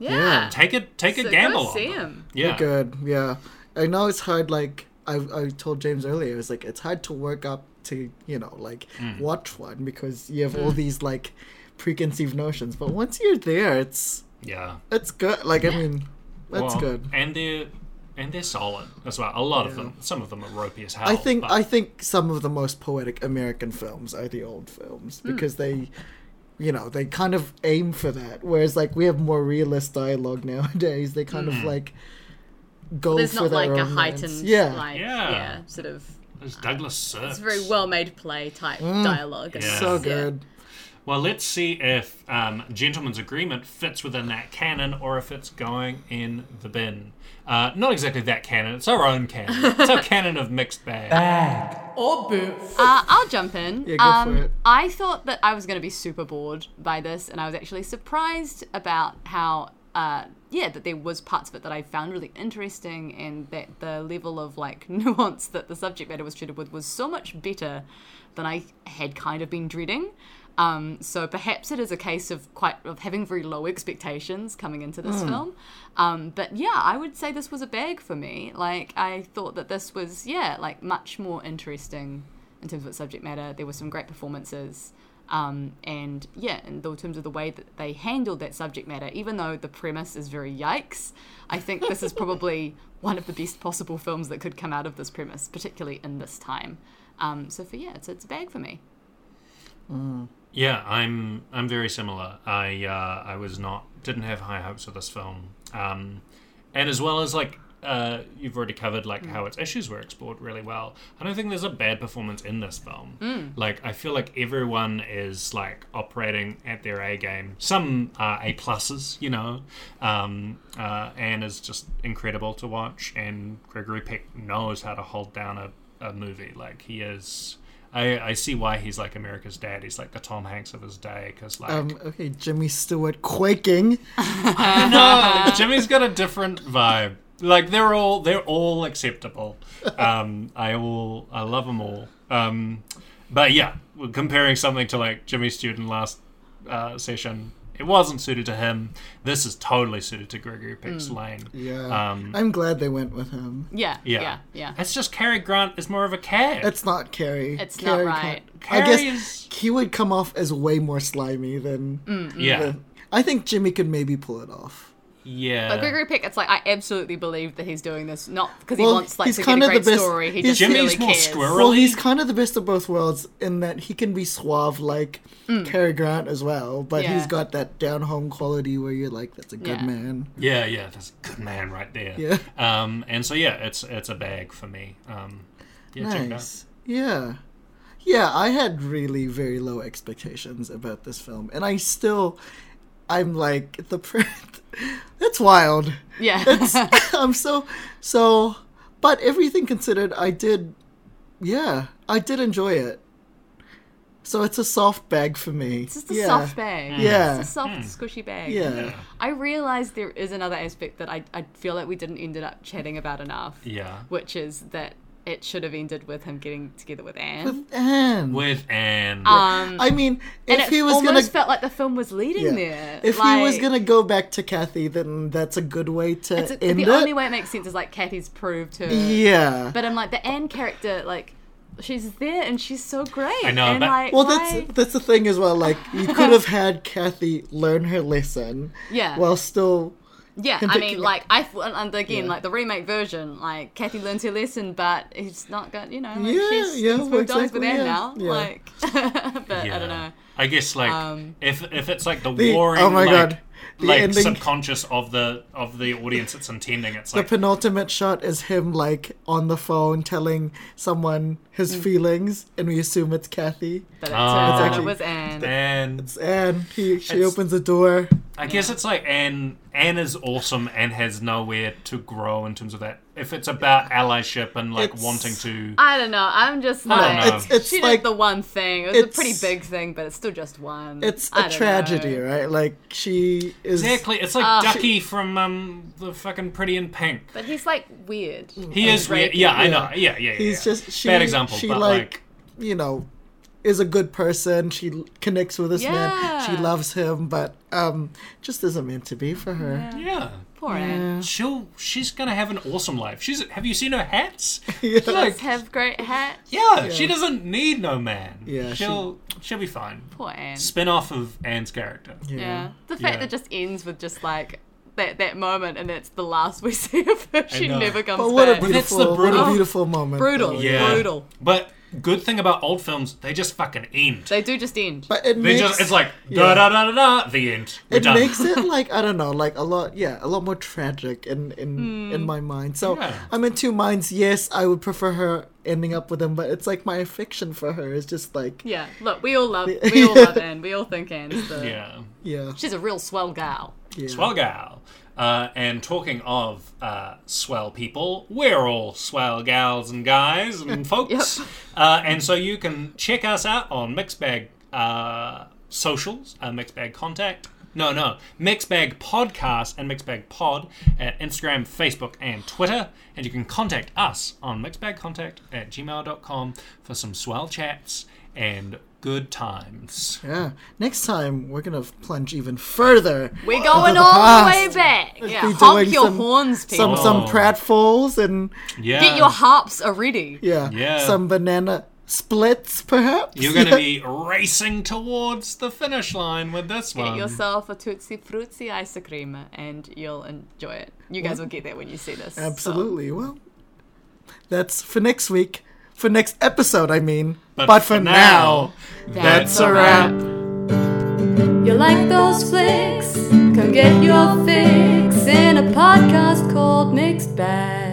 C: Yeah.
D: take it, take
C: So
D: a
C: go
D: gamble.
C: see
D: on them.
C: 'em.
D: Yeah,
B: Good. Yeah. I know it's hard. Like I, I told James earlier, it's like it's hard to work up to you know like
D: Mm.
B: watch one because you have all these like preconceived notions. But once you're there, it's
D: yeah,
B: it's good. Like I mean, that's
D: Well,
B: good.
D: And they're and they're solid as well. A lot of them. Some of them are ropey as hell.
B: I think
D: oh, but-
B: I think some of the most poetic American films are the old films
D: Hmm.
B: because they, you know, they kind of aim for that. Whereas like we have more realist dialogue nowadays. They kind
D: Hmm.
B: of like go
C: There's
B: for
C: not
B: that
C: like a
B: romance.
C: heightened,
B: yeah.
C: like, yeah.
D: Yeah.
C: sort of.
D: There's Douglas Sirk.
C: It's very well-made play type dialogue. and
D: Yeah.
B: Mm. so
C: stuff, yeah.
B: good.
D: Well, let's see if um, Gentleman's Agreement fits within that canon or if it's going in the bin. Uh, not exactly that canon. It's our own canon. it's our canon of mixed bag.
C: Uh, I'll jump in.
B: Yeah, go
C: um,
B: for it.
C: I thought that I was going to be super bored by this, and I was actually surprised about how, uh, yeah, that there was parts of it that I found really interesting, and that the level of like nuance that the subject matter was treated with was so much better than I had kind of been dreading. Um, so perhaps it is a case of quite of having very low expectations coming into this
B: Hmm.
C: film. Um, but yeah, I would say this was a bag for me. Like I thought that this was yeah like much more interesting in terms of its subject matter. There were some great performances. Um, and yeah, in, the, in terms of the way that they handled that subject matter, even though the premise is very yikes, I think this is probably one of the best possible films that could come out of this premise, particularly in this time. Um, so for yeah, it's, it's a bag for me.
D: Yeah, I'm I'm very similar. I uh, I was not didn't have high hopes for this film, um, and as well as like uh, you've already covered like how its issues were explored really well. I don't think there's a bad performance in this film. Like I feel like everyone is like operating at their A game. Some are A pluses, you know, um, uh, and is just incredible to watch. And Gregory Peck knows how to hold down a, a movie. Like he is. I, I see why he's like America's dad. He's like the Tom Hanks of his day because like
B: Um, okay, Jimmy Stewart quaking.
D: no, Ah! Jimmy's got a different vibe. Like they're all they're all acceptable. Um, I all I love them all. Um, but yeah, we're comparing something to like Jimmy Student last uh, session, it wasn't suited to him. This is totally suited to Gregory Peck's lane.
B: Mm. Yeah.
D: Um,
B: I'm glad they went with him.
C: Yeah, yeah,
D: yeah,
C: yeah.
D: It's just Cary Grant is more of a cad.
B: That's not Carrie.
C: It's not
B: Carrie
C: right.
B: can't- I
D: Carrie
B: guess
D: is-
B: he would come off as way more slimy than.
D: yeah,
B: I think Jimmy could maybe pull it off.
D: yeah.
C: But Gregory Peck, it's like I absolutely believe that he's doing this not because
B: Well,
C: he wants like
B: he's
C: to get
B: kind
C: a
B: of the
C: great
B: best-
C: story. He
B: he's-
C: just really
D: Jimmy's more
C: cares.
D: squirrel.
B: Well,
D: Really?
B: he's kind of the best of both worlds in that he can be suave like Cary Grant as well, but
C: Mm. Yeah.
B: he's got that down home quality where you're like, that's a good
C: Yeah.
B: man.
D: Yeah, yeah, that's a good man right there.
B: Yeah.
D: Um, and so yeah, it's it's a bag for me. Um, yeah, check it out.
B: Nice. Yeah. Yeah, I had really very low expectations about this film, and I still, I'm like the. pre- That's wild.
C: Yeah,
B: I'm so so, but everything considered, I did. Yeah, I did enjoy it. So it's a soft bag for me.
C: it's just a
B: yeah.
C: soft bag.
B: Yeah. Hmm.
C: it's a soft, squishy bag.
B: Yeah.
C: I realised there is another aspect that I, I feel like we didn't end up chatting about enough,
D: Yeah.
C: which is that it should have ended with him getting together with Anne.
B: And
D: With and
C: Um,
B: I mean,
C: and
B: if
C: it
B: he was
C: almost
B: gonna,
C: felt like the film was leading
B: yeah.
C: there.
B: if he was
C: like-
B: gonna go back to Kathy, then that's a good way to
C: it's a-
B: end
C: the
B: it.
C: only way it makes sense is like Kathy's proved her.
B: yeah.
C: But I'm like the Anne character, like she's there and she's so great.
D: I know,
C: And
D: but-
C: like,
B: well,
C: why-
B: that's that's the thing as well. Like, you could have had Kathy learn her lesson,
C: Yeah.
B: while still
C: yeah.
B: him
C: I
B: picking
C: mean,
B: up-
C: like I f- and- and again,
B: Yeah.
C: like the remake version, like Kathy learns her lesson, but it's not going. You know, like,
B: Yeah,
C: she's,
B: yeah,
C: he's moved on, he's with
B: exactly,
C: Anne
B: yeah,
C: now.
B: yeah.
C: Like, but
D: yeah.
C: I don't know.
D: I guess like
C: Um,
D: if if it's like the,
B: The-
D: warring
B: oh my
D: like,
B: God. The
D: like
B: ending-
D: subconscious of the of the audience it's intending, it's
B: The
D: like
B: penultimate shot is him like on the phone telling someone his
C: Mm.
B: feelings, and we assume it's Kathy.
C: But it
D: Ah.
C: turns out
B: Actually-
C: it was Anne.
D: and
B: And he she
D: It's-
B: opens the door.
D: I guess it's like Anne Anne is awesome and has nowhere to grow in terms of that. If it's about allyship and like
B: It's-
D: wanting to
C: I don't know. I'm just
D: don't
C: like
D: know.
B: It's- it's
C: she
B: like-
C: did the one thing. It was a
B: it's-
C: pretty big thing, but it's still just one.
B: It's
C: I
B: a
C: don't
B: tragedy,
C: know.
B: right? Like she is.
D: Exactly, it's like
C: ah,
D: Ducky from um, the fucking Pretty in Pink.
C: But he's like weird.
B: Mm.
D: He is weird.
C: breaking.
D: Yeah, I know. Yeah, yeah, yeah.
B: He's
D: yeah.
B: just she.
D: bad example,
B: She
D: but
B: like,
D: like
B: you know is a good person. She l- connects with this man. She
C: Yeah.
B: loves him, but um, just isn't meant to be for her.
D: Yeah.
C: Poor Anne.
D: She'll she's gonna have an awesome life. She's have you seen her hats?
B: Yeah.
C: Does have great hat.
D: Yeah, she doesn't need no man.
B: Yeah, she-
D: She'll she... will be fine.
C: Poor Anne.
D: Spin off of Anne's character.
C: Yeah. The fact
D: Yeah.
C: that it just ends with just like that that moment and it's the last we see of her. She
D: know.
C: never comes
B: But what a
C: back.
D: that's the
B: beautiful, what a
D: brutal-
B: beautiful moment.
C: Brutal.
B: though.
D: Yeah.
C: Brutal.
D: But good thing about old films, they just fucking end.
C: They do just end.
B: But it
D: They
B: makes
D: just it's like
B: yeah.
D: da da da da da the end. We're
B: it
D: done.
B: makes it like I don't know, like a lot, yeah, a lot more tragic in in
C: Hmm.
B: in my mind. So
D: Yeah.
B: I'm in two minds. Yes, I would prefer her ending up with him, but it's like my affection for her is just like yeah,
C: yeah. Look, we all love we all love Anne. We all think Anne's the
D: yeah.
B: yeah.
C: She's a real swell gal.
D: Swell gal. Uh, and talking of uh, swell people, we're all swell gals and guys and folks. uh, and so you can check us out on Mixbag uh, socials, uh, Mixbag Contact. No, no, Mixbag Podcast and Mixbag Pod at Instagram, Facebook, and Twitter. And you can contact us on mixbagcontact at gmail.com for some swell chats and good times.
B: Next time we're gonna plunge even further.
C: We're going
B: the
C: all the way
B: past.
C: back.
B: Be
C: Yeah. Honk
B: doing
C: your
B: some-
C: horns,
B: Some
C: people.
B: some
D: Oh.
B: pratfalls and
D: Yeah.
C: Get your harps already.
B: yeah,
D: Yeah.
B: some banana splits perhaps.
D: You're going to be racing towards the finish line with this
C: Get
D: one.
C: yourself a Tootsie Fruitsy ice cream and you'll enjoy it. You guys will get that when you see this. so.
B: Absolutely. Well, that's for next week. For next episode, I mean. But, for, now
D: that's
B: it's a wrap.
A: You like those flicks? Come get your fix in a podcast called Mixed Bag.